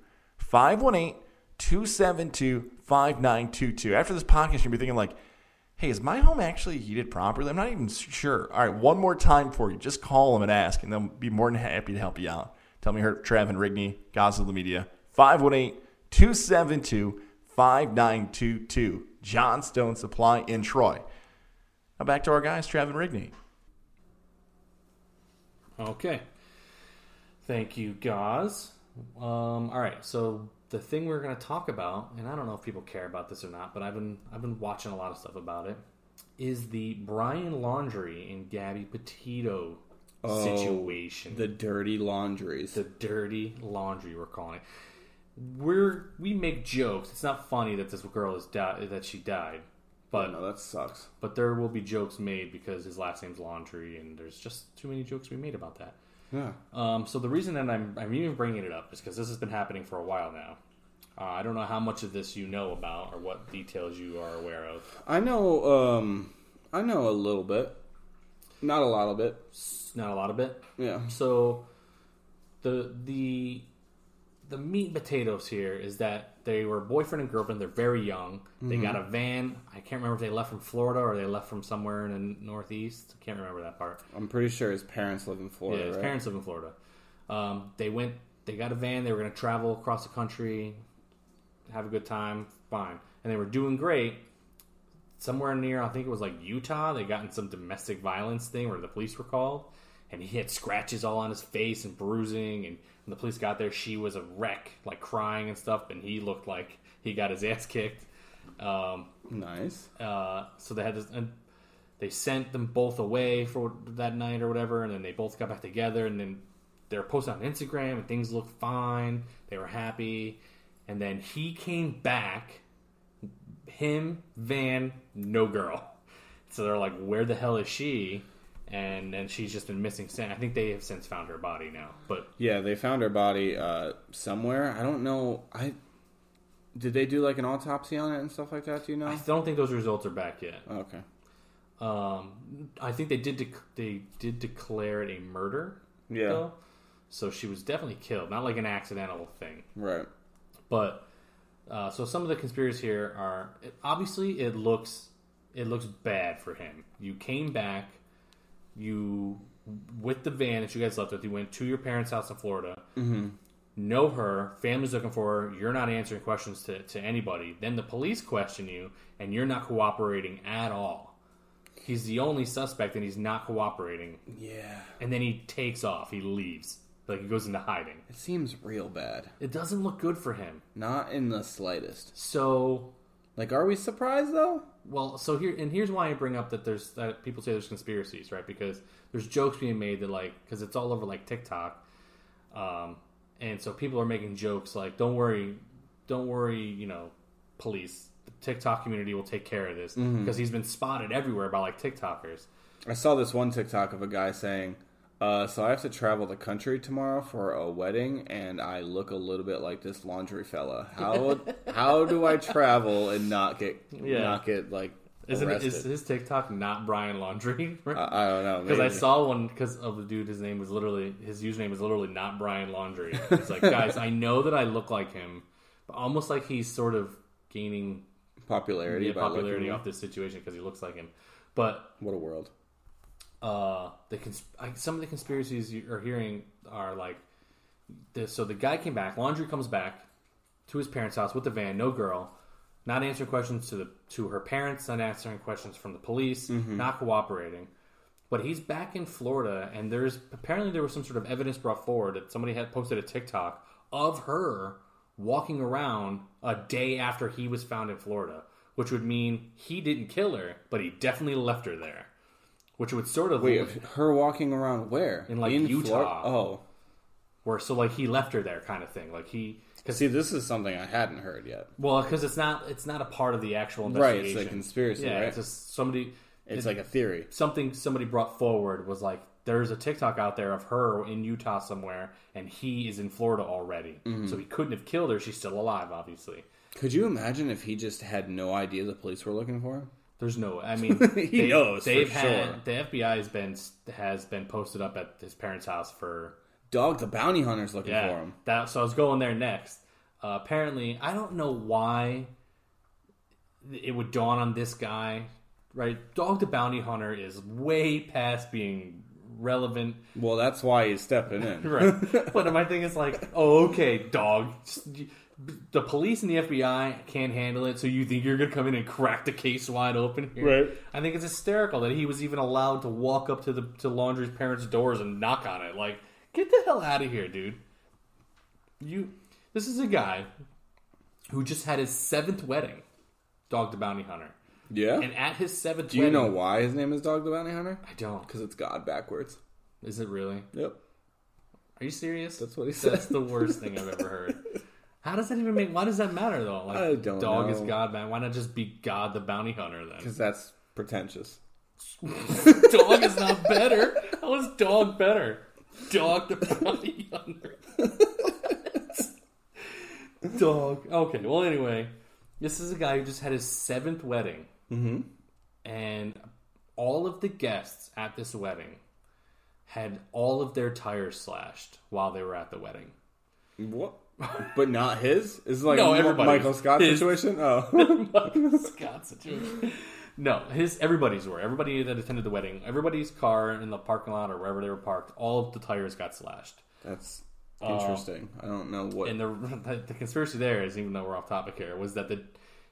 Speaker 3: 518-272-5922. After this podcast, you'll be thinking like, hey, is my home actually heated properly? I'm not even sure. All right, one more time for you. Just call them and ask, and they'll be more than happy to help you out. Tell me you heard Trav and Rigney, Gaza the Media, 518-272-5922. Johnstone Supply in Troy. Now back to our guys, Trav and Rigney.
Speaker 1: Okay. Thank you, Gaz. Um, all right, so the thing we're going to talk about, and I don't know if people care about this or not, but I've been I've been watching a lot of stuff about it, is the Brian Laundry and Gabby Petito situation.
Speaker 2: Oh, The dirty laundries.
Speaker 1: the dirty laundry we're calling it. We're we make jokes. It's not funny that this girl is di- that she died, but
Speaker 2: no, that sucks.
Speaker 1: but there will be jokes made because his last name's Laundry, and there's just too many jokes we made about that.
Speaker 2: Yeah.
Speaker 1: Um, so the reason that I'm, I'm even bringing it up is because this has been happening for a while now. Uh, I don't know how much of this you know about or what details you are aware of.
Speaker 2: I know. Um, I know a little bit, not a lot of it.
Speaker 1: It's not a lot of it.
Speaker 2: Yeah.
Speaker 1: So the the the meat and potatoes here is that they were boyfriend and girlfriend. They're very young. They got a van. I can't remember if they left from Florida or they left from somewhere in the Northeast. I can't remember that part.
Speaker 2: I'm pretty sure his parents live in Florida.
Speaker 1: Yeah, his
Speaker 2: right?
Speaker 1: parents live in Florida. Um, they went, they got a van. They were going to travel across the country, have a good time, fine. And they were doing great. Somewhere near, I think it was like Utah, they got in some domestic violence thing where the police were called, and he had scratches all on his face and bruising. And when the police got there, she was a wreck, like crying and stuff. And he looked like he got his ass kicked. Um,
Speaker 2: Nice.
Speaker 1: uh, so they had this, and they sent them both away for that night or whatever, and then they both got back together, and then they were posted on Instagram, and things looked fine. They were happy, and then he came back. Him, Van, no girl. So they're like, "Where the hell is she?" And and she's just been missing since. I think they have since found her body now, but
Speaker 2: Yeah, they found her body uh, somewhere. I don't know. I did they do like an autopsy on it and stuff like that? Do you know?
Speaker 1: I don't think those results are back yet.
Speaker 2: okay.
Speaker 1: Um, I think they did dec- they did declare it a murder.
Speaker 2: Yeah.
Speaker 1: though. So she was definitely killed, not like an accidental thing.
Speaker 2: Right.
Speaker 1: But uh, so some of the conspiracies here are it, obviously it looks it looks bad for him. You came back, you with the van that you guys left with. You went to your parents' house in Florida. Mm-hmm. Know her, family's looking for her. You're not answering questions to, to anybody. Then the police question you, and you're not cooperating at all. He's the only suspect, and he's not cooperating.
Speaker 2: Yeah.
Speaker 1: And then he takes off. He leaves. Like he goes into hiding.
Speaker 2: It seems real bad.
Speaker 1: It doesn't look good for him.
Speaker 2: Not in the slightest.
Speaker 1: So,
Speaker 2: Like, are we surprised though?
Speaker 1: well, so here and here's why I bring up that there's that people say there's conspiracies, right? Because there's jokes being made that like because it's all over like TikTok, um, and so people are making jokes like, "Don't worry, don't worry, you know, police." The TikTok community will take care of this because he's been spotted everywhere by like TikTokers.
Speaker 2: I saw this one TikTok of a guy saying, uh, "So I have to travel the country tomorrow for a wedding, and I look a little bit like this laundry fella. How how do I travel and not get
Speaker 1: Yeah.
Speaker 2: not get like
Speaker 1: Isn't it,
Speaker 2: arrested?
Speaker 1: is his TikTok not Brian [laughs] Laundry?
Speaker 2: I, I don't know.
Speaker 1: Because I
Speaker 2: maybe.
Speaker 1: saw one because of the dude. His name was literally his username is literally not Brian Laundry. It's like, guys, I know that I look like him, but almost like he's sort of gaining
Speaker 2: popularity
Speaker 1: yeah,
Speaker 2: by
Speaker 1: popularity
Speaker 2: looking.
Speaker 1: off this situation because he looks like him. But
Speaker 2: What a world.
Speaker 1: uh, the cons- I, some of the conspiracies you are hearing are like, this, so the guy came back. Laundry comes back to his parents' house with the van, no girl, not answering questions to the to her parents, not answering questions from the police, not cooperating. But he's back in Florida, and there's apparently there was some sort of evidence brought forward that somebody had posted a TikTok of her walking around a day after he was found in Florida, which would mean he didn't kill her, but he definitely left her there, which would sort of
Speaker 2: Wait, her walking around where?
Speaker 1: In, like,
Speaker 2: Flor-
Speaker 1: Utah.
Speaker 2: oh,
Speaker 1: where so like he left her there kind of thing, like he because
Speaker 2: see, this is something I hadn't heard yet.
Speaker 1: well because it's not it's not a part of the actual
Speaker 2: Right,
Speaker 1: investigation.
Speaker 2: it's a conspiracy,
Speaker 1: Yeah,
Speaker 2: right?
Speaker 1: it's just somebody.
Speaker 2: It's like a theory.
Speaker 1: something somebody brought forward was like there's a TikTok out there of her in Utah somewhere, and he is in Florida already.
Speaker 2: Mm-hmm.
Speaker 1: So he couldn't have killed her. She's still alive, obviously.
Speaker 2: Could you imagine if he just had no idea the police were looking for him?
Speaker 1: There's no. I mean,
Speaker 2: [laughs] He knows for
Speaker 1: They've
Speaker 2: sure.
Speaker 1: had the FBI has been has been posted up at his parents' house for
Speaker 2: Dog, the bounty hunter's looking
Speaker 1: yeah.
Speaker 2: for him.
Speaker 1: That so I was going there next. Uh, apparently, I don't know why it would dawn on this guy. Right, Dog the Bounty Hunter is way past being relevant
Speaker 2: Well, that's why he's stepping
Speaker 1: [laughs]
Speaker 2: in.
Speaker 1: Right. but my thing is like, oh, okay, dog. Just- The police and the FBI can't handle it, so you think you're going to come in and crack the case wide open here?
Speaker 2: Right.
Speaker 1: I think it's hysterical that he was even allowed to walk up to the to Laundry's parents' doors and knock on it. Like, get the hell out of here, dude. You. This is a guy who just had his seventh wedding, Dog the Bounty Hunter,
Speaker 2: Yeah.
Speaker 1: and at his seventh,
Speaker 2: Do you know why his name is Dog the Bounty Hunter?
Speaker 1: I don't.
Speaker 2: Because it's God backwards.
Speaker 1: Is it really?
Speaker 2: Yep.
Speaker 1: Are you serious?
Speaker 2: That's what he
Speaker 1: That's
Speaker 2: says. [laughs]
Speaker 1: the worst thing I've ever heard. How does that even make? Why does that matter though? Like,
Speaker 2: I don't
Speaker 1: dog
Speaker 2: know.
Speaker 1: is God, man. Why not just be God the bounty hunter then?
Speaker 2: Because that's pretentious.
Speaker 1: [laughs] dog is not better. How is dog better? Dog the bounty hunter. [laughs] dog. Okay. Well, anyway, this is a guy who just had his seventh wedding, mm-hmm. and all of the guests at this wedding had all of their tires slashed while they were at the wedding.
Speaker 2: What? But not his? Is like
Speaker 1: No,
Speaker 2: a Ma-
Speaker 1: everybody's.
Speaker 2: Michael Scott
Speaker 1: His.
Speaker 2: situation?
Speaker 1: [laughs]
Speaker 2: Oh.
Speaker 1: Scott situation. No, his everybody's were. Everybody that attended the wedding, everybody's car in the parking lot or wherever they were parked, all of the tires got slashed.
Speaker 2: [laughs] that's interesting. I don't know what.
Speaker 1: And the [laughs] the, the conspiracy there is, even though we're off topic here, was that the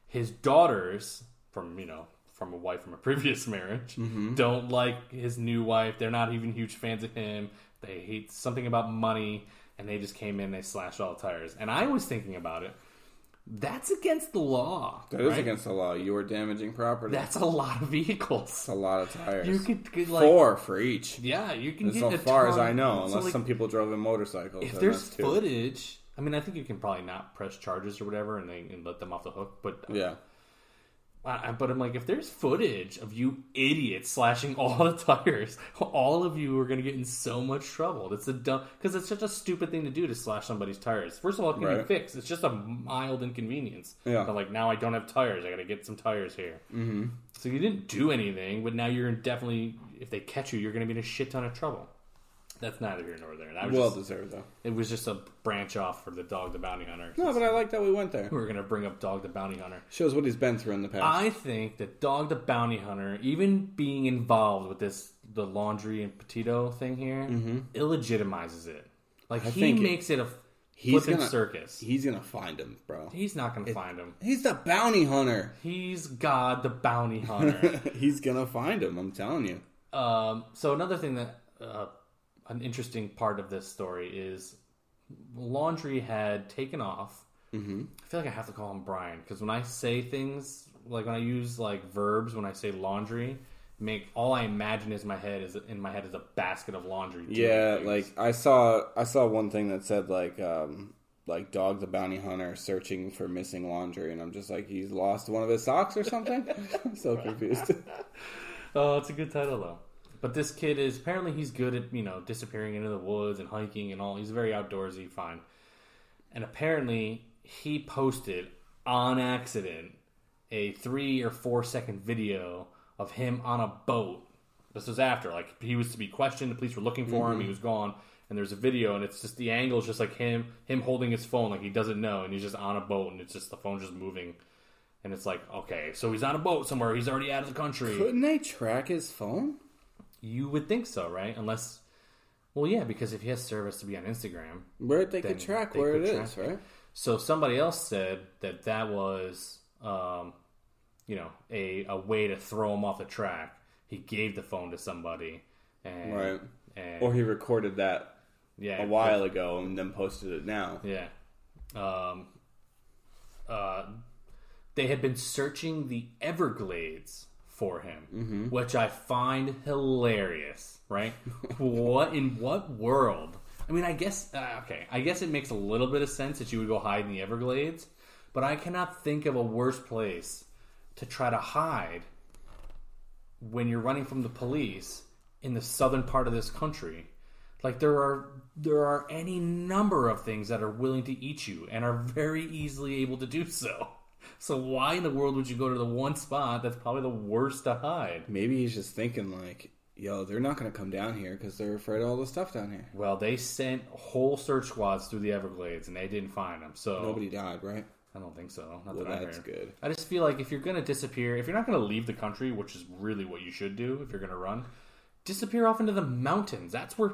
Speaker 1: his daughters from you know from a wife from a [laughs] previous marriage
Speaker 2: Mm-hmm.
Speaker 1: don't like his new wife. They're not even huge fans of him. They hate something about money, and they just came in. They slashed all tires. And I was thinking about it. That's against the law.
Speaker 2: That is
Speaker 1: right?
Speaker 2: against the law. You are damaging property. That's
Speaker 1: That's a lot of vehicles.
Speaker 2: a lot of tires.
Speaker 1: You could get like
Speaker 2: Four for each.
Speaker 1: Yeah, you can
Speaker 2: As
Speaker 1: get a
Speaker 2: far as
Speaker 1: ton-
Speaker 2: I know,
Speaker 1: so,
Speaker 2: unless
Speaker 1: like,
Speaker 2: some people drove in motorcycles.
Speaker 1: if
Speaker 2: then
Speaker 1: there's
Speaker 2: that's two.
Speaker 1: footage, I mean, I think you can probably not press charges or whatever, and they and let them off the hook. But
Speaker 2: yeah,
Speaker 1: I, I- Uh, but I'm like, if there's footage of you idiots slashing [laughs] all the tires, all of you are going to get in so much trouble. That's a dumb because it's such a stupid thing to do to slash somebody's tires. First of all, it can be
Speaker 2: Right.
Speaker 1: fixed. It's just a mild inconvenience.
Speaker 2: Yeah.
Speaker 1: But like now, I don't have tires. I got to get some tires here. Mm-hmm. So you didn't do anything, but now you're definitely if they catch you, you're going to be in a shit ton of trouble. That's neither here nor there. That was
Speaker 2: well
Speaker 1: just-
Speaker 2: deserved though.
Speaker 1: it was just a branch off for the dog the bounty hunter.
Speaker 2: No, but I like that we went there.
Speaker 1: we were going to bring up dog the bounty hunter.
Speaker 2: Shows what he's been through in the past.
Speaker 1: I think that Dog the Bounty Hunter, even being involved with this the laundry and Petito thing here, illegitimizes it. Like he
Speaker 2: Mm-hmm. think it-
Speaker 1: makes it, a
Speaker 2: he's
Speaker 1: flipping
Speaker 2: gonna-
Speaker 1: circus.
Speaker 2: He's gonna find him, bro.
Speaker 1: He's not gonna find him.
Speaker 2: He's the bounty hunter. [laughs]
Speaker 1: He's God the Bounty Hunter.
Speaker 2: he's gonna find him. I'm telling you.
Speaker 1: um, so another thing that uh, an interesting part of this story is laundry had taken off. Mm-hmm. I feel like I have to call him Brian because when I say things like when I use like verbs when I say laundry, make all I imagine is my head is in my head is a basket of laundry. doing
Speaker 2: Yeah,
Speaker 1: things.
Speaker 2: like I saw I saw one thing that said like um like dog the bounty hunter searching for missing laundry and I'm just like he's lost one of his socks or something. [laughs] I'm so confused.
Speaker 1: oh, it's a good title though. But this kid is apparently he's good at you know disappearing into the woods and hiking and all. He's very outdoorsy, fine. And apparently he posted on accident a three or four second video of him on a boat. This was after like he was to be questioned. The police were looking for him. He was gone. And there's a video, and it's just the angle is just like him him holding his phone like he doesn't know, and he's just on a boat, and it's just the phone just moving. And it's like, okay, so he's on a boat somewhere. He's already out of the country.
Speaker 2: Couldn't they track his phone?
Speaker 1: You would think so, right? Unless, well, yeah, because if he has service to be on Instagram.
Speaker 2: Where they
Speaker 1: Then
Speaker 2: could track
Speaker 1: they
Speaker 2: where
Speaker 1: could
Speaker 2: it is,
Speaker 1: track it.
Speaker 2: right?
Speaker 1: So somebody else said that that was, um, you know, a, a way to throw him off the track. He gave the phone to somebody, and,
Speaker 2: Right.
Speaker 1: and
Speaker 2: Or he recorded that
Speaker 1: yeah,
Speaker 2: a while ago and then posted it now.
Speaker 1: Yeah. Um, uh, they had been searching the Everglades for him, which I find hilarious, right? what in what world? I mean, I guess uh, okay. I guess it makes a little bit of sense that you would go hide in the Everglades, but I cannot think of a worse place to try to hide when you're running from the police in the southern part of this country like there are there are any number of things that are willing to eat you and are very easily able to do so [laughs] so why in the world would you go to the one spot that's probably the worst to hide
Speaker 2: Maybe he's just thinking like, yo, they're not gonna come down here because they're afraid of all the stuff down here.
Speaker 1: well they sent whole search squads through the everglades and they didn't find him so
Speaker 2: Nobody died, right?
Speaker 1: i don't think so not
Speaker 2: Well,
Speaker 1: that I
Speaker 2: that's
Speaker 1: heard.
Speaker 2: good.
Speaker 1: i just feel like if you're gonna disappear if you're not gonna leave the country which is really what you should do if you're gonna run disappear off into the mountains that's where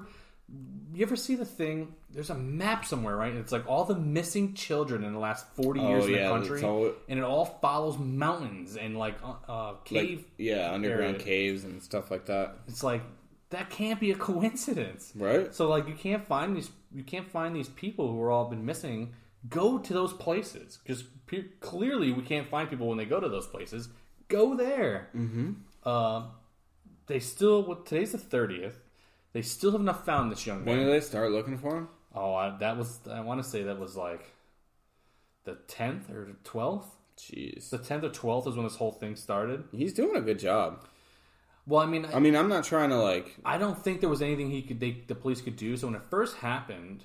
Speaker 1: you ever see the thing? There's a map somewhere, right? And it's like all the missing children in the last 40 years in
Speaker 2: Oh, yeah,
Speaker 1: the country,
Speaker 2: it's all-
Speaker 1: and it all follows mountains and like uh, uh, cave.
Speaker 2: Like, yeah, underground
Speaker 1: area.
Speaker 2: caves and stuff like that.
Speaker 1: It's like that can't be a coincidence,
Speaker 2: Right.
Speaker 1: So like you can't find these you can't find these people who are all been missing. Go to those places because pe- clearly we can't find people when they go to those places. Go there. Mm-hmm. Uh, they still well, today's the thirtieth. They still have not found this young man.
Speaker 2: When did they start looking for him?
Speaker 1: Oh, I, that was. I want to say that was like the tenth or twelfth.
Speaker 2: Jeez.
Speaker 1: The tenth or twelfth is when this whole thing started.
Speaker 2: He's doing a good job.
Speaker 1: Well, I mean, I,
Speaker 2: I mean, I'm not trying to like.
Speaker 1: I don't think there was anything he could they, the police could do. So when it first happened,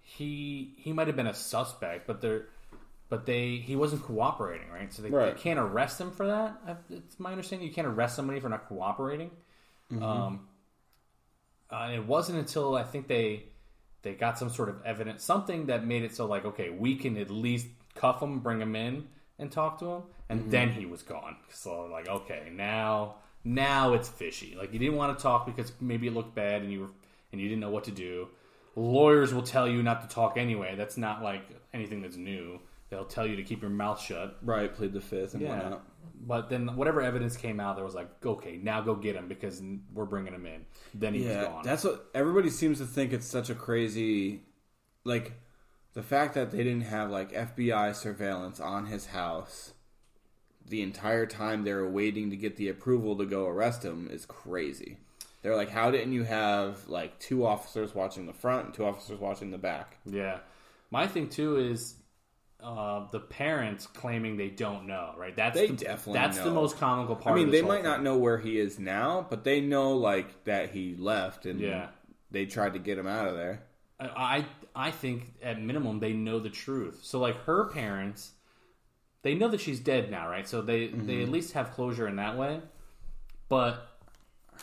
Speaker 1: he he might have been a suspect, but they're but they he wasn't cooperating, right? So they,
Speaker 2: Right.
Speaker 1: they can't arrest him for that. I, it's my understanding you can't arrest somebody for not cooperating. Um, uh, and it wasn't until I think they they got some sort of evidence, something that made it so like, okay, we can at least cuff him, bring him in, and talk to him, and then he was gone. So like, okay, now now it's fishy. Like you didn't want to talk because maybe it looked bad, and you were and you didn't know what to do. Lawyers will tell you not to talk anyway. That's not like anything that's new. They'll tell you to keep your mouth shut.
Speaker 2: Right, plead the fifth and
Speaker 1: Yeah.
Speaker 2: whatnot.
Speaker 1: But then whatever evidence came out, there was like, okay, now go get him because we're bringing him in. Then he was
Speaker 2: Yeah,
Speaker 1: gone.
Speaker 2: that's what everybody seems to think. It's such a crazy, like, the fact that they didn't have like FBI surveillance on his house the entire time they were waiting to get the approval to go arrest him is crazy. They're like, how didn't you have like two officers watching the front and two officers watching the back?
Speaker 1: Yeah. My thing too is uh, the parents claiming they don't know, right? That's
Speaker 2: They
Speaker 1: the,
Speaker 2: definitely
Speaker 1: that's the
Speaker 2: know.
Speaker 1: most comical
Speaker 2: I
Speaker 1: part.
Speaker 2: mean,
Speaker 1: of this
Speaker 2: they
Speaker 1: whole
Speaker 2: might not
Speaker 1: thing.
Speaker 2: know where he is now, but they know like that he left and
Speaker 1: Yeah.
Speaker 2: they tried to get him out of there.
Speaker 1: I I I think at minimum they know the truth. So like her parents, they know that she's dead now, right? So they
Speaker 2: Mm-hmm.
Speaker 1: they at least have closure in that way. But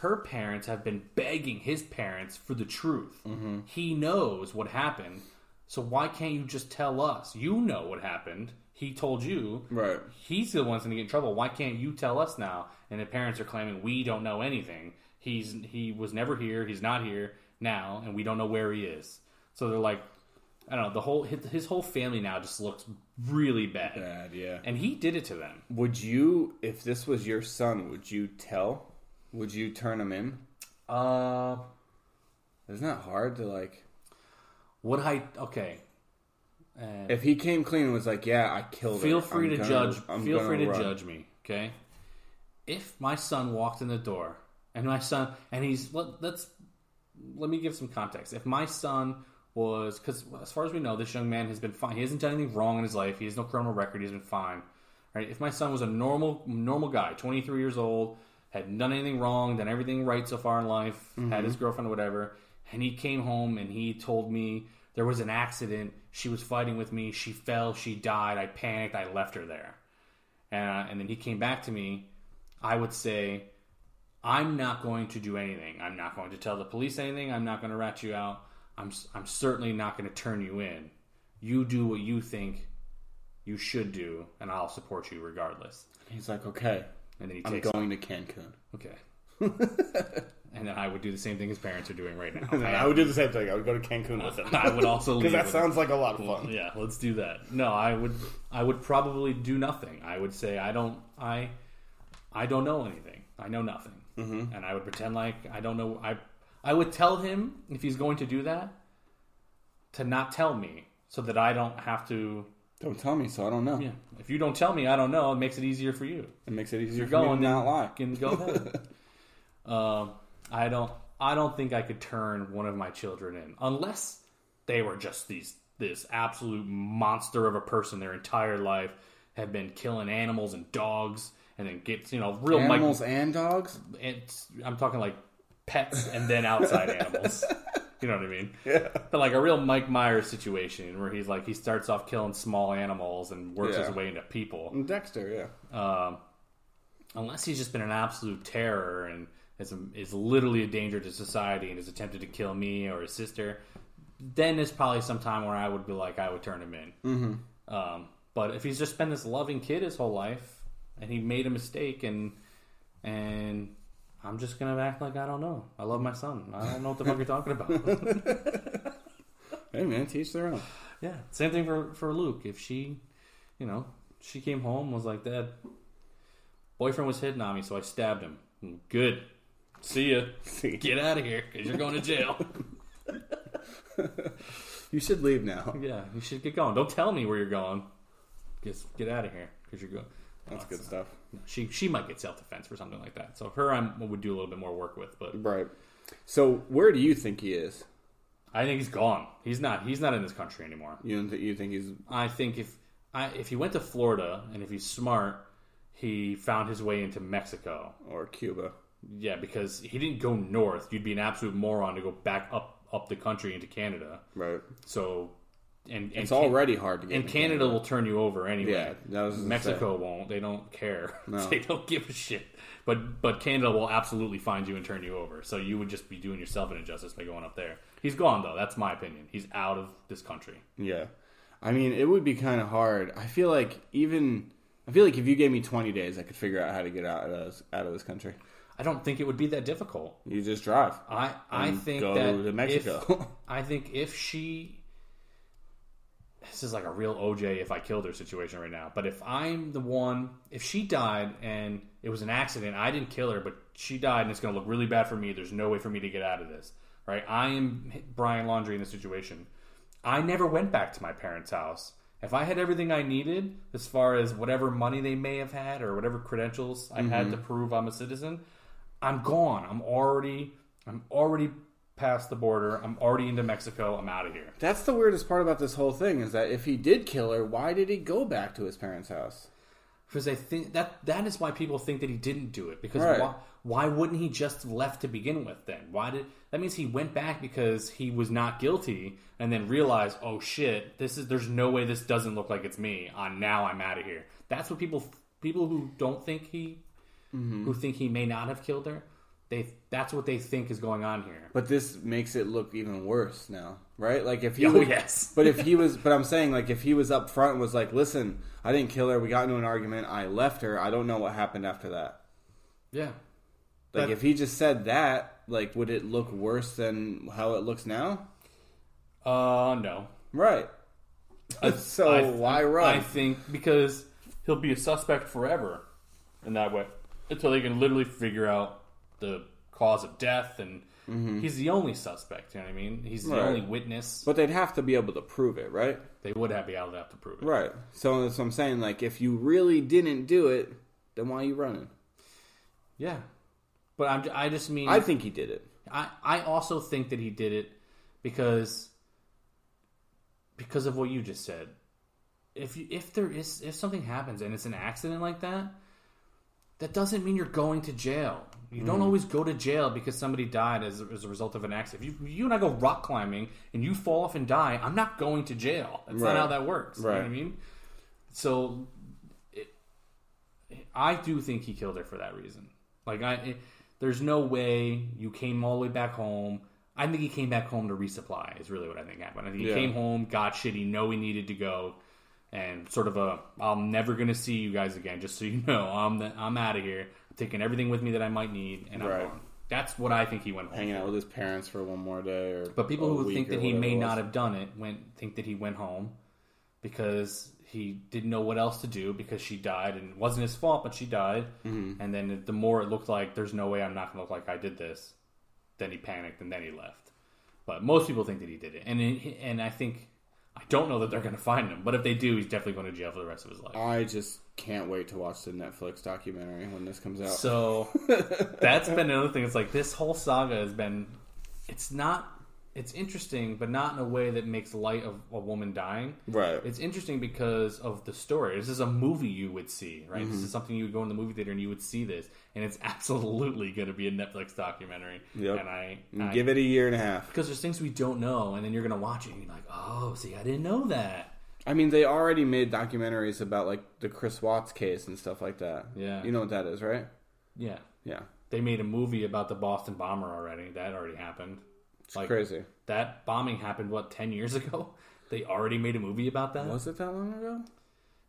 Speaker 1: her parents have been begging his parents for the truth.
Speaker 2: Mm-hmm.
Speaker 1: He knows what happened. So why can't you just tell us? You know what happened. He told you.
Speaker 2: Right.
Speaker 1: He's the one's going to get in trouble. Why can't you tell us now? And the parents are claiming we don't know anything. He's he was never here. He's not here now, and we don't know where he is. So they're like, I don't know. The whole his, his whole family now just looks really bad,
Speaker 2: Bad, yeah.
Speaker 1: and he did it to them.
Speaker 2: Would you, if this was your son, would you tell? Would you turn him in?
Speaker 1: Uh,
Speaker 2: Isn't that hard to like?
Speaker 1: would I? Okay. And
Speaker 2: If he came clean and was like, "Yeah, I killed
Speaker 1: feel
Speaker 2: her,"
Speaker 1: free
Speaker 2: I'm
Speaker 1: to
Speaker 2: gonna-
Speaker 1: judge.
Speaker 2: I'm
Speaker 1: feel
Speaker 2: gonna
Speaker 1: free to
Speaker 2: run."
Speaker 1: judge me, okay? If my son walked in the door and my son and he's let, let's let me give some context. If my son was because as far as we know, this young man has been fine. He hasn't done anything wrong in his life. He has no criminal record. He's been fine. Right? If my son was a normal normal guy, twenty three years old, had done anything wrong, done everything right so far in life, had his girlfriend or whatever, and he came home and he told me there was an accident. She was fighting with me. She fell. She died. I panicked. I left her there. Uh, and then he came back to me. I would say, I'm not going to do anything. I'm not going to tell the police anything. I'm not going to rat you out. I'm I'm certainly not going to turn you in. You do what you think you should do, and I'll support you regardless.
Speaker 2: He's like, "Okay,
Speaker 1: And then he
Speaker 2: I'm
Speaker 1: takes
Speaker 2: going to Cancun."
Speaker 1: okay. [laughs] and then I would do the same thing his parents are doing right now.
Speaker 2: [laughs] And [laughs] I would do the same thing. I would go to Cancun [laughs] with him
Speaker 1: I would also leave.
Speaker 2: because that
Speaker 1: with-
Speaker 2: sounds like a lot of fun.
Speaker 1: yeah, let's do that. No, I would I would probably do nothing. I would say I don't I I don't know anything. I know nothing. Mm-hmm. And I would pretend like I don't know I I would tell him if he's going to do that to not tell me so that I don't have to
Speaker 2: Don't tell me, so I don't know.
Speaker 1: yeah, if you don't tell me, I don't know, it makes it easier for you
Speaker 2: It makes it easier for
Speaker 1: going-
Speaker 2: me to not lie.
Speaker 1: can go
Speaker 2: [laughs]
Speaker 1: ahead. um, I don't. I don't think I could turn one of my children in unless they were just these this absolute monster of a person. Their entire life have been killing animals and dogs, and then gets you know real
Speaker 2: Animals and dogs.
Speaker 1: Like, it's, I'm talking like pets and then
Speaker 2: [laughs]
Speaker 1: outside animals. You know what I mean? Yeah. But like a real Mike Myers situation where he's like he starts off killing small animals and works
Speaker 2: Yeah.
Speaker 1: his way into people
Speaker 2: And Dexter, yeah.
Speaker 1: unless he's just been an absolute terror and is, is literally a danger to society and has attempted to kill me or his sister, then there's probably some time where I would be like, I would turn him in. Mm-hmm. Um, but if he's just been this loving kid his whole life and he made a mistake and and I'm just gonna act like I don't know. I love my son. I don't know what the fuck you're talking about.
Speaker 2: Hey man, teach their own.
Speaker 1: yeah, same thing for for Luke. If she, you know, she came home was like, Dad, boyfriend was hitting on me, so I stabbed him. Mm, Good. See ya.
Speaker 2: [laughs]
Speaker 1: [laughs]
Speaker 2: See,
Speaker 1: Get out of here because you're going to jail.
Speaker 2: you should leave now. [laughs]
Speaker 1: yeah, you should get going. Don't tell me where you're going. Just get out of here because you're going.
Speaker 2: That's good stuff.
Speaker 1: She she might get self defense or something like that. So her I would do a little bit more work with, but
Speaker 2: Right. So, where do you think he is?
Speaker 1: I think he's gone. He's not he's not in this country anymore.
Speaker 2: You don't thi- you think he's
Speaker 1: I think if I if he went to Florida and if he's smart, he found his way into Mexico.
Speaker 2: or Cuba?
Speaker 1: Yeah, because he didn't go north. You'd be an absolute moron to go back up up the country into Canada.
Speaker 2: Right.
Speaker 1: So and, and
Speaker 2: It's
Speaker 1: Can-
Speaker 2: already hard to get.
Speaker 1: and
Speaker 2: in
Speaker 1: Canada will turn you over anyway.
Speaker 2: Yeah, that was gonna
Speaker 1: Mexico won't. They don't care. [laughs]
Speaker 2: No.
Speaker 1: they don't give a shit. But but Canada will absolutely find you and turn you over. So you would just be doing yourself an injustice by going up there. He's gone though. That's my opinion. He's out of this country.
Speaker 2: Yeah. I mean, it would be kind of hard. I feel like even I feel like if you gave me 20 days, I could figure out how to get out of this, out of this country.
Speaker 1: I don't think it would be that difficult.
Speaker 2: You just drive.
Speaker 1: I I
Speaker 2: And
Speaker 1: think
Speaker 2: go
Speaker 1: that
Speaker 2: to
Speaker 1: if-
Speaker 2: Mexico.
Speaker 1: I think if she this is like a real OJ if I killed her situation right now. But if I'm the one, if she died and it was an accident, I didn't kill her, but she died and it's going to look really bad for me. There's no way for me to get out of this, right? I am Brian Laundry in this situation. I never went back to my parents' house. If I had everything I needed as far as whatever money they may have had or whatever credentials I had to prove I'm a citizen, I'm gone. I'm already, I'm already past the border. I'm already into Mexico. I'm out of here.
Speaker 2: That's the weirdest part about this whole thing is that if he did kill her, why did he go back to his parents' house?
Speaker 1: Because I think that that is why people think that he didn't do it. Because
Speaker 2: Right.
Speaker 1: why, why wouldn't he just left to begin with? Then why did that means he went back because he was not guilty and then realized, oh shit, this is there's no way this doesn't look like it's me. On now I'm out of here. That's what people people who don't think he who think he may not have killed her. They that's what they think is going on here.
Speaker 2: But this makes it look even worse now, right? Like if he
Speaker 1: [laughs] Oh
Speaker 2: was,
Speaker 1: yes,
Speaker 2: [laughs] but if he was, but I'm saying like if he was up front and was like, "Listen, I didn't kill her. We got into an argument. I left her. I don't know what happened after that."
Speaker 1: yeah.
Speaker 2: Like
Speaker 1: That-
Speaker 2: if he just said that, like would it look worse than how it looks now?
Speaker 1: Uh no, [laughs]
Speaker 2: Right. so
Speaker 1: I-
Speaker 2: why run?
Speaker 1: I think because he'll be a suspect forever in that way until they can literally figure out the cause of death, and he's the only suspect. You know what I mean? He's the
Speaker 2: Mm-hmm. Right.
Speaker 1: only witness.
Speaker 2: but they'd have to be able to prove it, right?
Speaker 1: They would have be able to have to prove it.
Speaker 2: Right. So that's what I'm saying. Like if you really didn't do it, then why are you running?
Speaker 1: Yeah, but I'm, I just mean
Speaker 2: I think he did it.
Speaker 1: I, I also think that he did it because because of what you just said. If you, if there is if something happens and it's an accident like that, that doesn't mean you're going to jail. You don't
Speaker 2: Mm.
Speaker 1: always go to jail because somebody died as, a- as a result of an accident. If you, you and I go rock climbing and you fall off and die, I'm not going to jail. That's
Speaker 2: Right.
Speaker 1: not how that works. You know what I
Speaker 2: Right.
Speaker 1: mean? So I do think he killed her for that reason. Like I, it, there's no way you came all the way back home. I think he came back home to resupply. Is really what I think happened. I think he
Speaker 2: Yeah.
Speaker 1: came home, got shit he know he needed to go, and sort of a I'm never gonna see you guys again. [laughs] Just so you know, I'm the, I'm out of here. I'm taking everything with me that I might need, and I'm
Speaker 2: Right.
Speaker 1: gone. That's what I think he went home.
Speaker 2: Hanging out with his parents for one more day, or
Speaker 1: But people
Speaker 2: a
Speaker 1: who
Speaker 2: week
Speaker 1: think
Speaker 2: or
Speaker 1: that he
Speaker 2: whatever
Speaker 1: may
Speaker 2: it was.
Speaker 1: not have done it went think that he went home because he didn't know what else to do because she died and it wasn't his fault, but she died.
Speaker 2: Mm-hmm.
Speaker 1: And then the more it looked like there's no way I'm not going to look like I did this, then he panicked and then he left. But most people think that he did it, and it, and I think I don't know that they're going to find him. But if they do, he's definitely going to jail for the rest of his life.
Speaker 2: I just can't wait to watch the Netflix documentary when this comes out. [laughs]
Speaker 1: So that's been another thing. It's like this whole saga has been. It's not. It's interesting, but not in a way that makes light of a woman dying.
Speaker 2: right.
Speaker 1: It's interesting because of the story. This is a movie you would see, right?
Speaker 2: Mm-hmm.
Speaker 1: This is something you would go in the movie theater and you would see this, and it's [laughs] absolutely going to be a Netflix documentary.
Speaker 2: Yep.
Speaker 1: And I,
Speaker 2: And
Speaker 1: I
Speaker 2: Mm, give it a year and a half.
Speaker 1: because there's things we don't know, and then you're going to watch it and you're like, oh, see, I didn't know that.
Speaker 2: I mean, they already made documentaries about like the Chris Watts case and stuff like that.
Speaker 1: Yeah.
Speaker 2: You know what that is, right?
Speaker 1: Yeah,
Speaker 2: Yeah.
Speaker 1: they made a movie about the Boston bomber already. That already happened.
Speaker 2: It's
Speaker 1: Like-
Speaker 2: crazy.
Speaker 1: That bombing happened what ten years ago. [laughs] They already made a movie about that.
Speaker 2: Was it that long ago?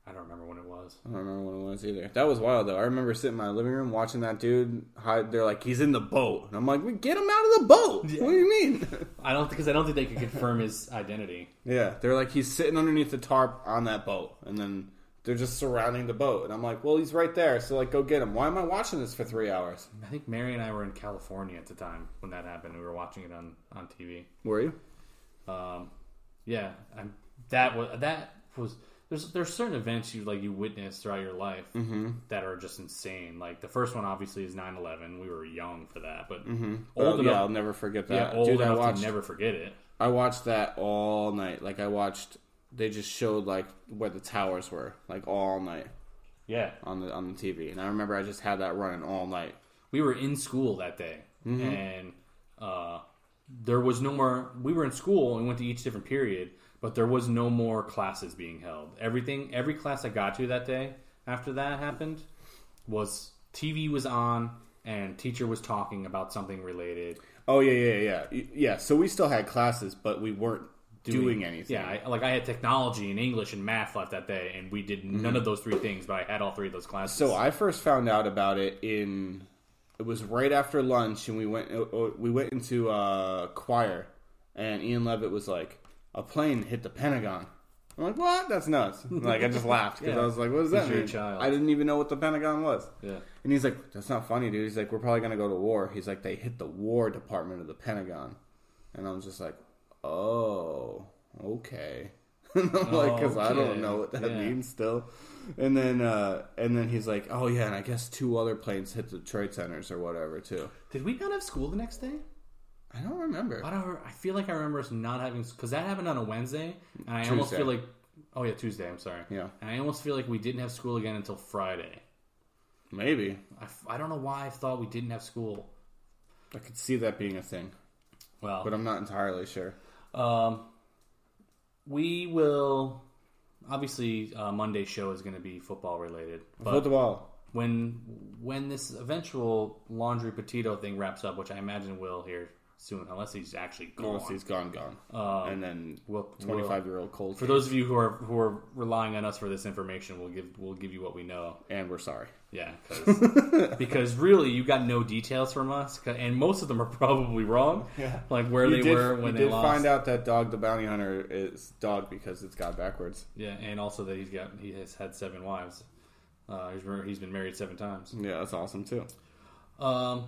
Speaker 1: I don't remember when it was.
Speaker 2: I don't remember when it was either. That was wild though. I remember sitting in my living room watching that dude hide. They're like, he's in the boat, and I'm like, "Well, get him out of the boat. What do you
Speaker 1: [laughs]
Speaker 2: mean?
Speaker 1: I don't because I don't think they could confirm his [laughs] identity.
Speaker 2: yeah, they're like, he's sitting underneath the tarp on that boat, and then they're just surrounding the boat, and I'm like, well, he's right there, so like, go get him. Why am I watching this for three hours?
Speaker 1: I think Mary and I were in California at the time when that happened. We were watching it on on TV.
Speaker 2: Were you?
Speaker 1: Um, yeah, i that was that was. There's there's certain events you like you witness throughout your life
Speaker 2: Mm-hmm.
Speaker 1: that are just insane. Like the first one obviously is 9/11. We were young for that, but old
Speaker 2: Oh, yeah, I'll
Speaker 1: enough,
Speaker 2: never forget
Speaker 1: yeah,
Speaker 2: that.
Speaker 1: old
Speaker 2: Dude, I
Speaker 1: enough
Speaker 2: watched.
Speaker 1: to never forget it.
Speaker 2: I watched that all night. Like I watched. They just showed like where the towers were, like all night
Speaker 1: Yeah,
Speaker 2: on the on the TV, and I remember I just had that running all night.
Speaker 1: we were in school that day
Speaker 2: Mm-hmm.
Speaker 1: and uh, there was no more we were in school and went to each different period but there was no more classes being held everything every class i got to that day after that happened was tv was on and teacher was talking about something related
Speaker 2: Oh yeah, yeah, yeah, Y- yeah. So we still had classes, but we weren't doing, anything.
Speaker 1: yeah I, like i had technology and english and math left that day and we did none of those three things but i had all three of those classes
Speaker 2: Mm-hmm. So I first found out about it in. It was right after lunch, and we went uh, we went into uh, choir, and Ian Levitt was like, "A plane hit the Pentagon," I'm like, what? That's nuts. [laughs] Like, I just laughed because
Speaker 1: Yeah.
Speaker 2: I was like, what does that
Speaker 1: He's your
Speaker 2: mean?
Speaker 1: child.
Speaker 2: I didn't even know what the Pentagon was.
Speaker 1: Yeah.
Speaker 2: And he's like, that's not funny, dude. He's like, we're probably going to go to war. He's like, they hit the war department of the Pentagon. And I was just like, oh, okay. [laughs] like,
Speaker 1: Oh,
Speaker 2: because I
Speaker 1: Okay.
Speaker 2: don't know what that
Speaker 1: Yeah.
Speaker 2: means still. And then, uh, and then he's like, oh, yeah, and I guess two other planes hit the trade centers or whatever, too.
Speaker 1: Did we not have school the next day?
Speaker 2: I don't remember.
Speaker 1: I don't. I feel like I remember us not having because that happened on a Wednesday, and I almost
Speaker 2: Tuesday.
Speaker 1: feel like. Oh yeah, Tuesday. I'm sorry.
Speaker 2: Yeah.
Speaker 1: And I almost feel like we didn't have school again until Friday.
Speaker 2: Maybe.
Speaker 1: I, f- I don't know why I thought we didn't have school.
Speaker 2: I could see that being a thing,
Speaker 1: Well,
Speaker 2: but I'm not entirely sure.
Speaker 1: Um, we will obviously uh, Monday's show is going to be football related, but
Speaker 2: Football.
Speaker 1: when when this eventual laundry petito thing wraps up, which I imagine will here soon, unless he's actually gone.
Speaker 2: Unless he's gone, gone. and then
Speaker 1: Um, we'll-
Speaker 2: 25 year old cold.
Speaker 1: for those of you who are who are relying on us for this information, we'll give we'll give you what we know.
Speaker 2: and we're sorry.
Speaker 1: Yeah,
Speaker 2: [laughs]
Speaker 1: 'cause- because really you got no details from us, 'cause- and most of them are [laughs] probably wrong. Yeah. like where
Speaker 2: You
Speaker 1: they
Speaker 2: did,
Speaker 1: were when
Speaker 2: you
Speaker 1: they
Speaker 2: did
Speaker 1: lost.
Speaker 2: find out that Dog the Bounty Hunter is Dog because it's got backwards.
Speaker 1: Yeah, and also that he's got he has had seven wives. Uh, he's, mar- he's been married seven times.
Speaker 2: Yeah, that's awesome too.
Speaker 1: Um,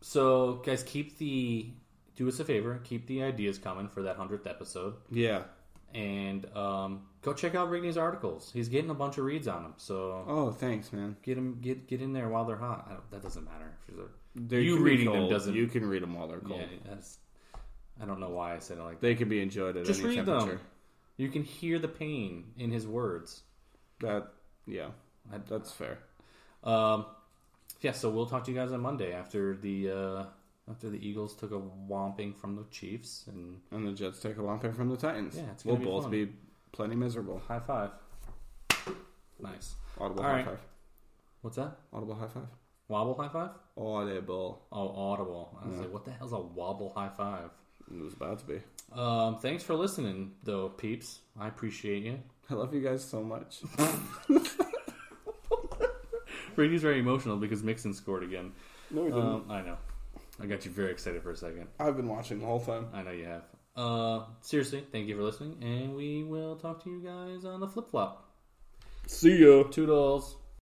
Speaker 1: so guys, keep the do us a favor, keep the ideas coming for that hundredth episode,
Speaker 2: Yeah.
Speaker 1: and um, go check out Rigney's articles. He's getting a bunch of reads on them, so
Speaker 2: Oh, thanks, man.
Speaker 1: get him get get in there while they're hot. I don't, that doesn't matter. If you're-
Speaker 2: They're-
Speaker 1: you
Speaker 2: can be
Speaker 1: reading them
Speaker 2: cold.
Speaker 1: doesn't.
Speaker 2: You can read them while they're cold.
Speaker 1: yeah, that's, I don't know why I said it like that.
Speaker 2: They can be enjoyed at
Speaker 1: Just
Speaker 2: any
Speaker 1: read
Speaker 2: temperature.
Speaker 1: them. You can hear the pain in his words.
Speaker 2: That yeah,
Speaker 1: I-
Speaker 2: that's fair.
Speaker 1: Um, yeah, so we'll talk to you guys on Monday after the uh, after the Eagles took a whomping from the Chiefs and
Speaker 2: And the Jets take a whomping from the Titans.
Speaker 1: Yeah, it's
Speaker 2: we'll
Speaker 1: gonna be
Speaker 2: both
Speaker 1: fun.
Speaker 2: be plenty miserable.
Speaker 1: high five. Nice.
Speaker 2: Audible
Speaker 1: All
Speaker 2: high
Speaker 1: right.
Speaker 2: five.
Speaker 1: What's that?
Speaker 2: Audible high five.
Speaker 1: Wobble high five?
Speaker 2: Audible.
Speaker 1: Oh, audible. I was like, what the hell's a wobble high five?
Speaker 2: It was about to be.
Speaker 1: Um, thanks for listening, though, peeps. I appreciate you.
Speaker 2: I love you guys so much.
Speaker 1: Brady's very emotional because Mixon scored again.
Speaker 2: [laughs] no, we didn't.
Speaker 1: Um, I know. I got you very excited for a second.
Speaker 2: I've been watching the whole time.
Speaker 1: Um, I know you have. Uh, seriously, thank you for listening, and we will talk to you guys on the flip flop.
Speaker 2: See ya.
Speaker 1: Toodles.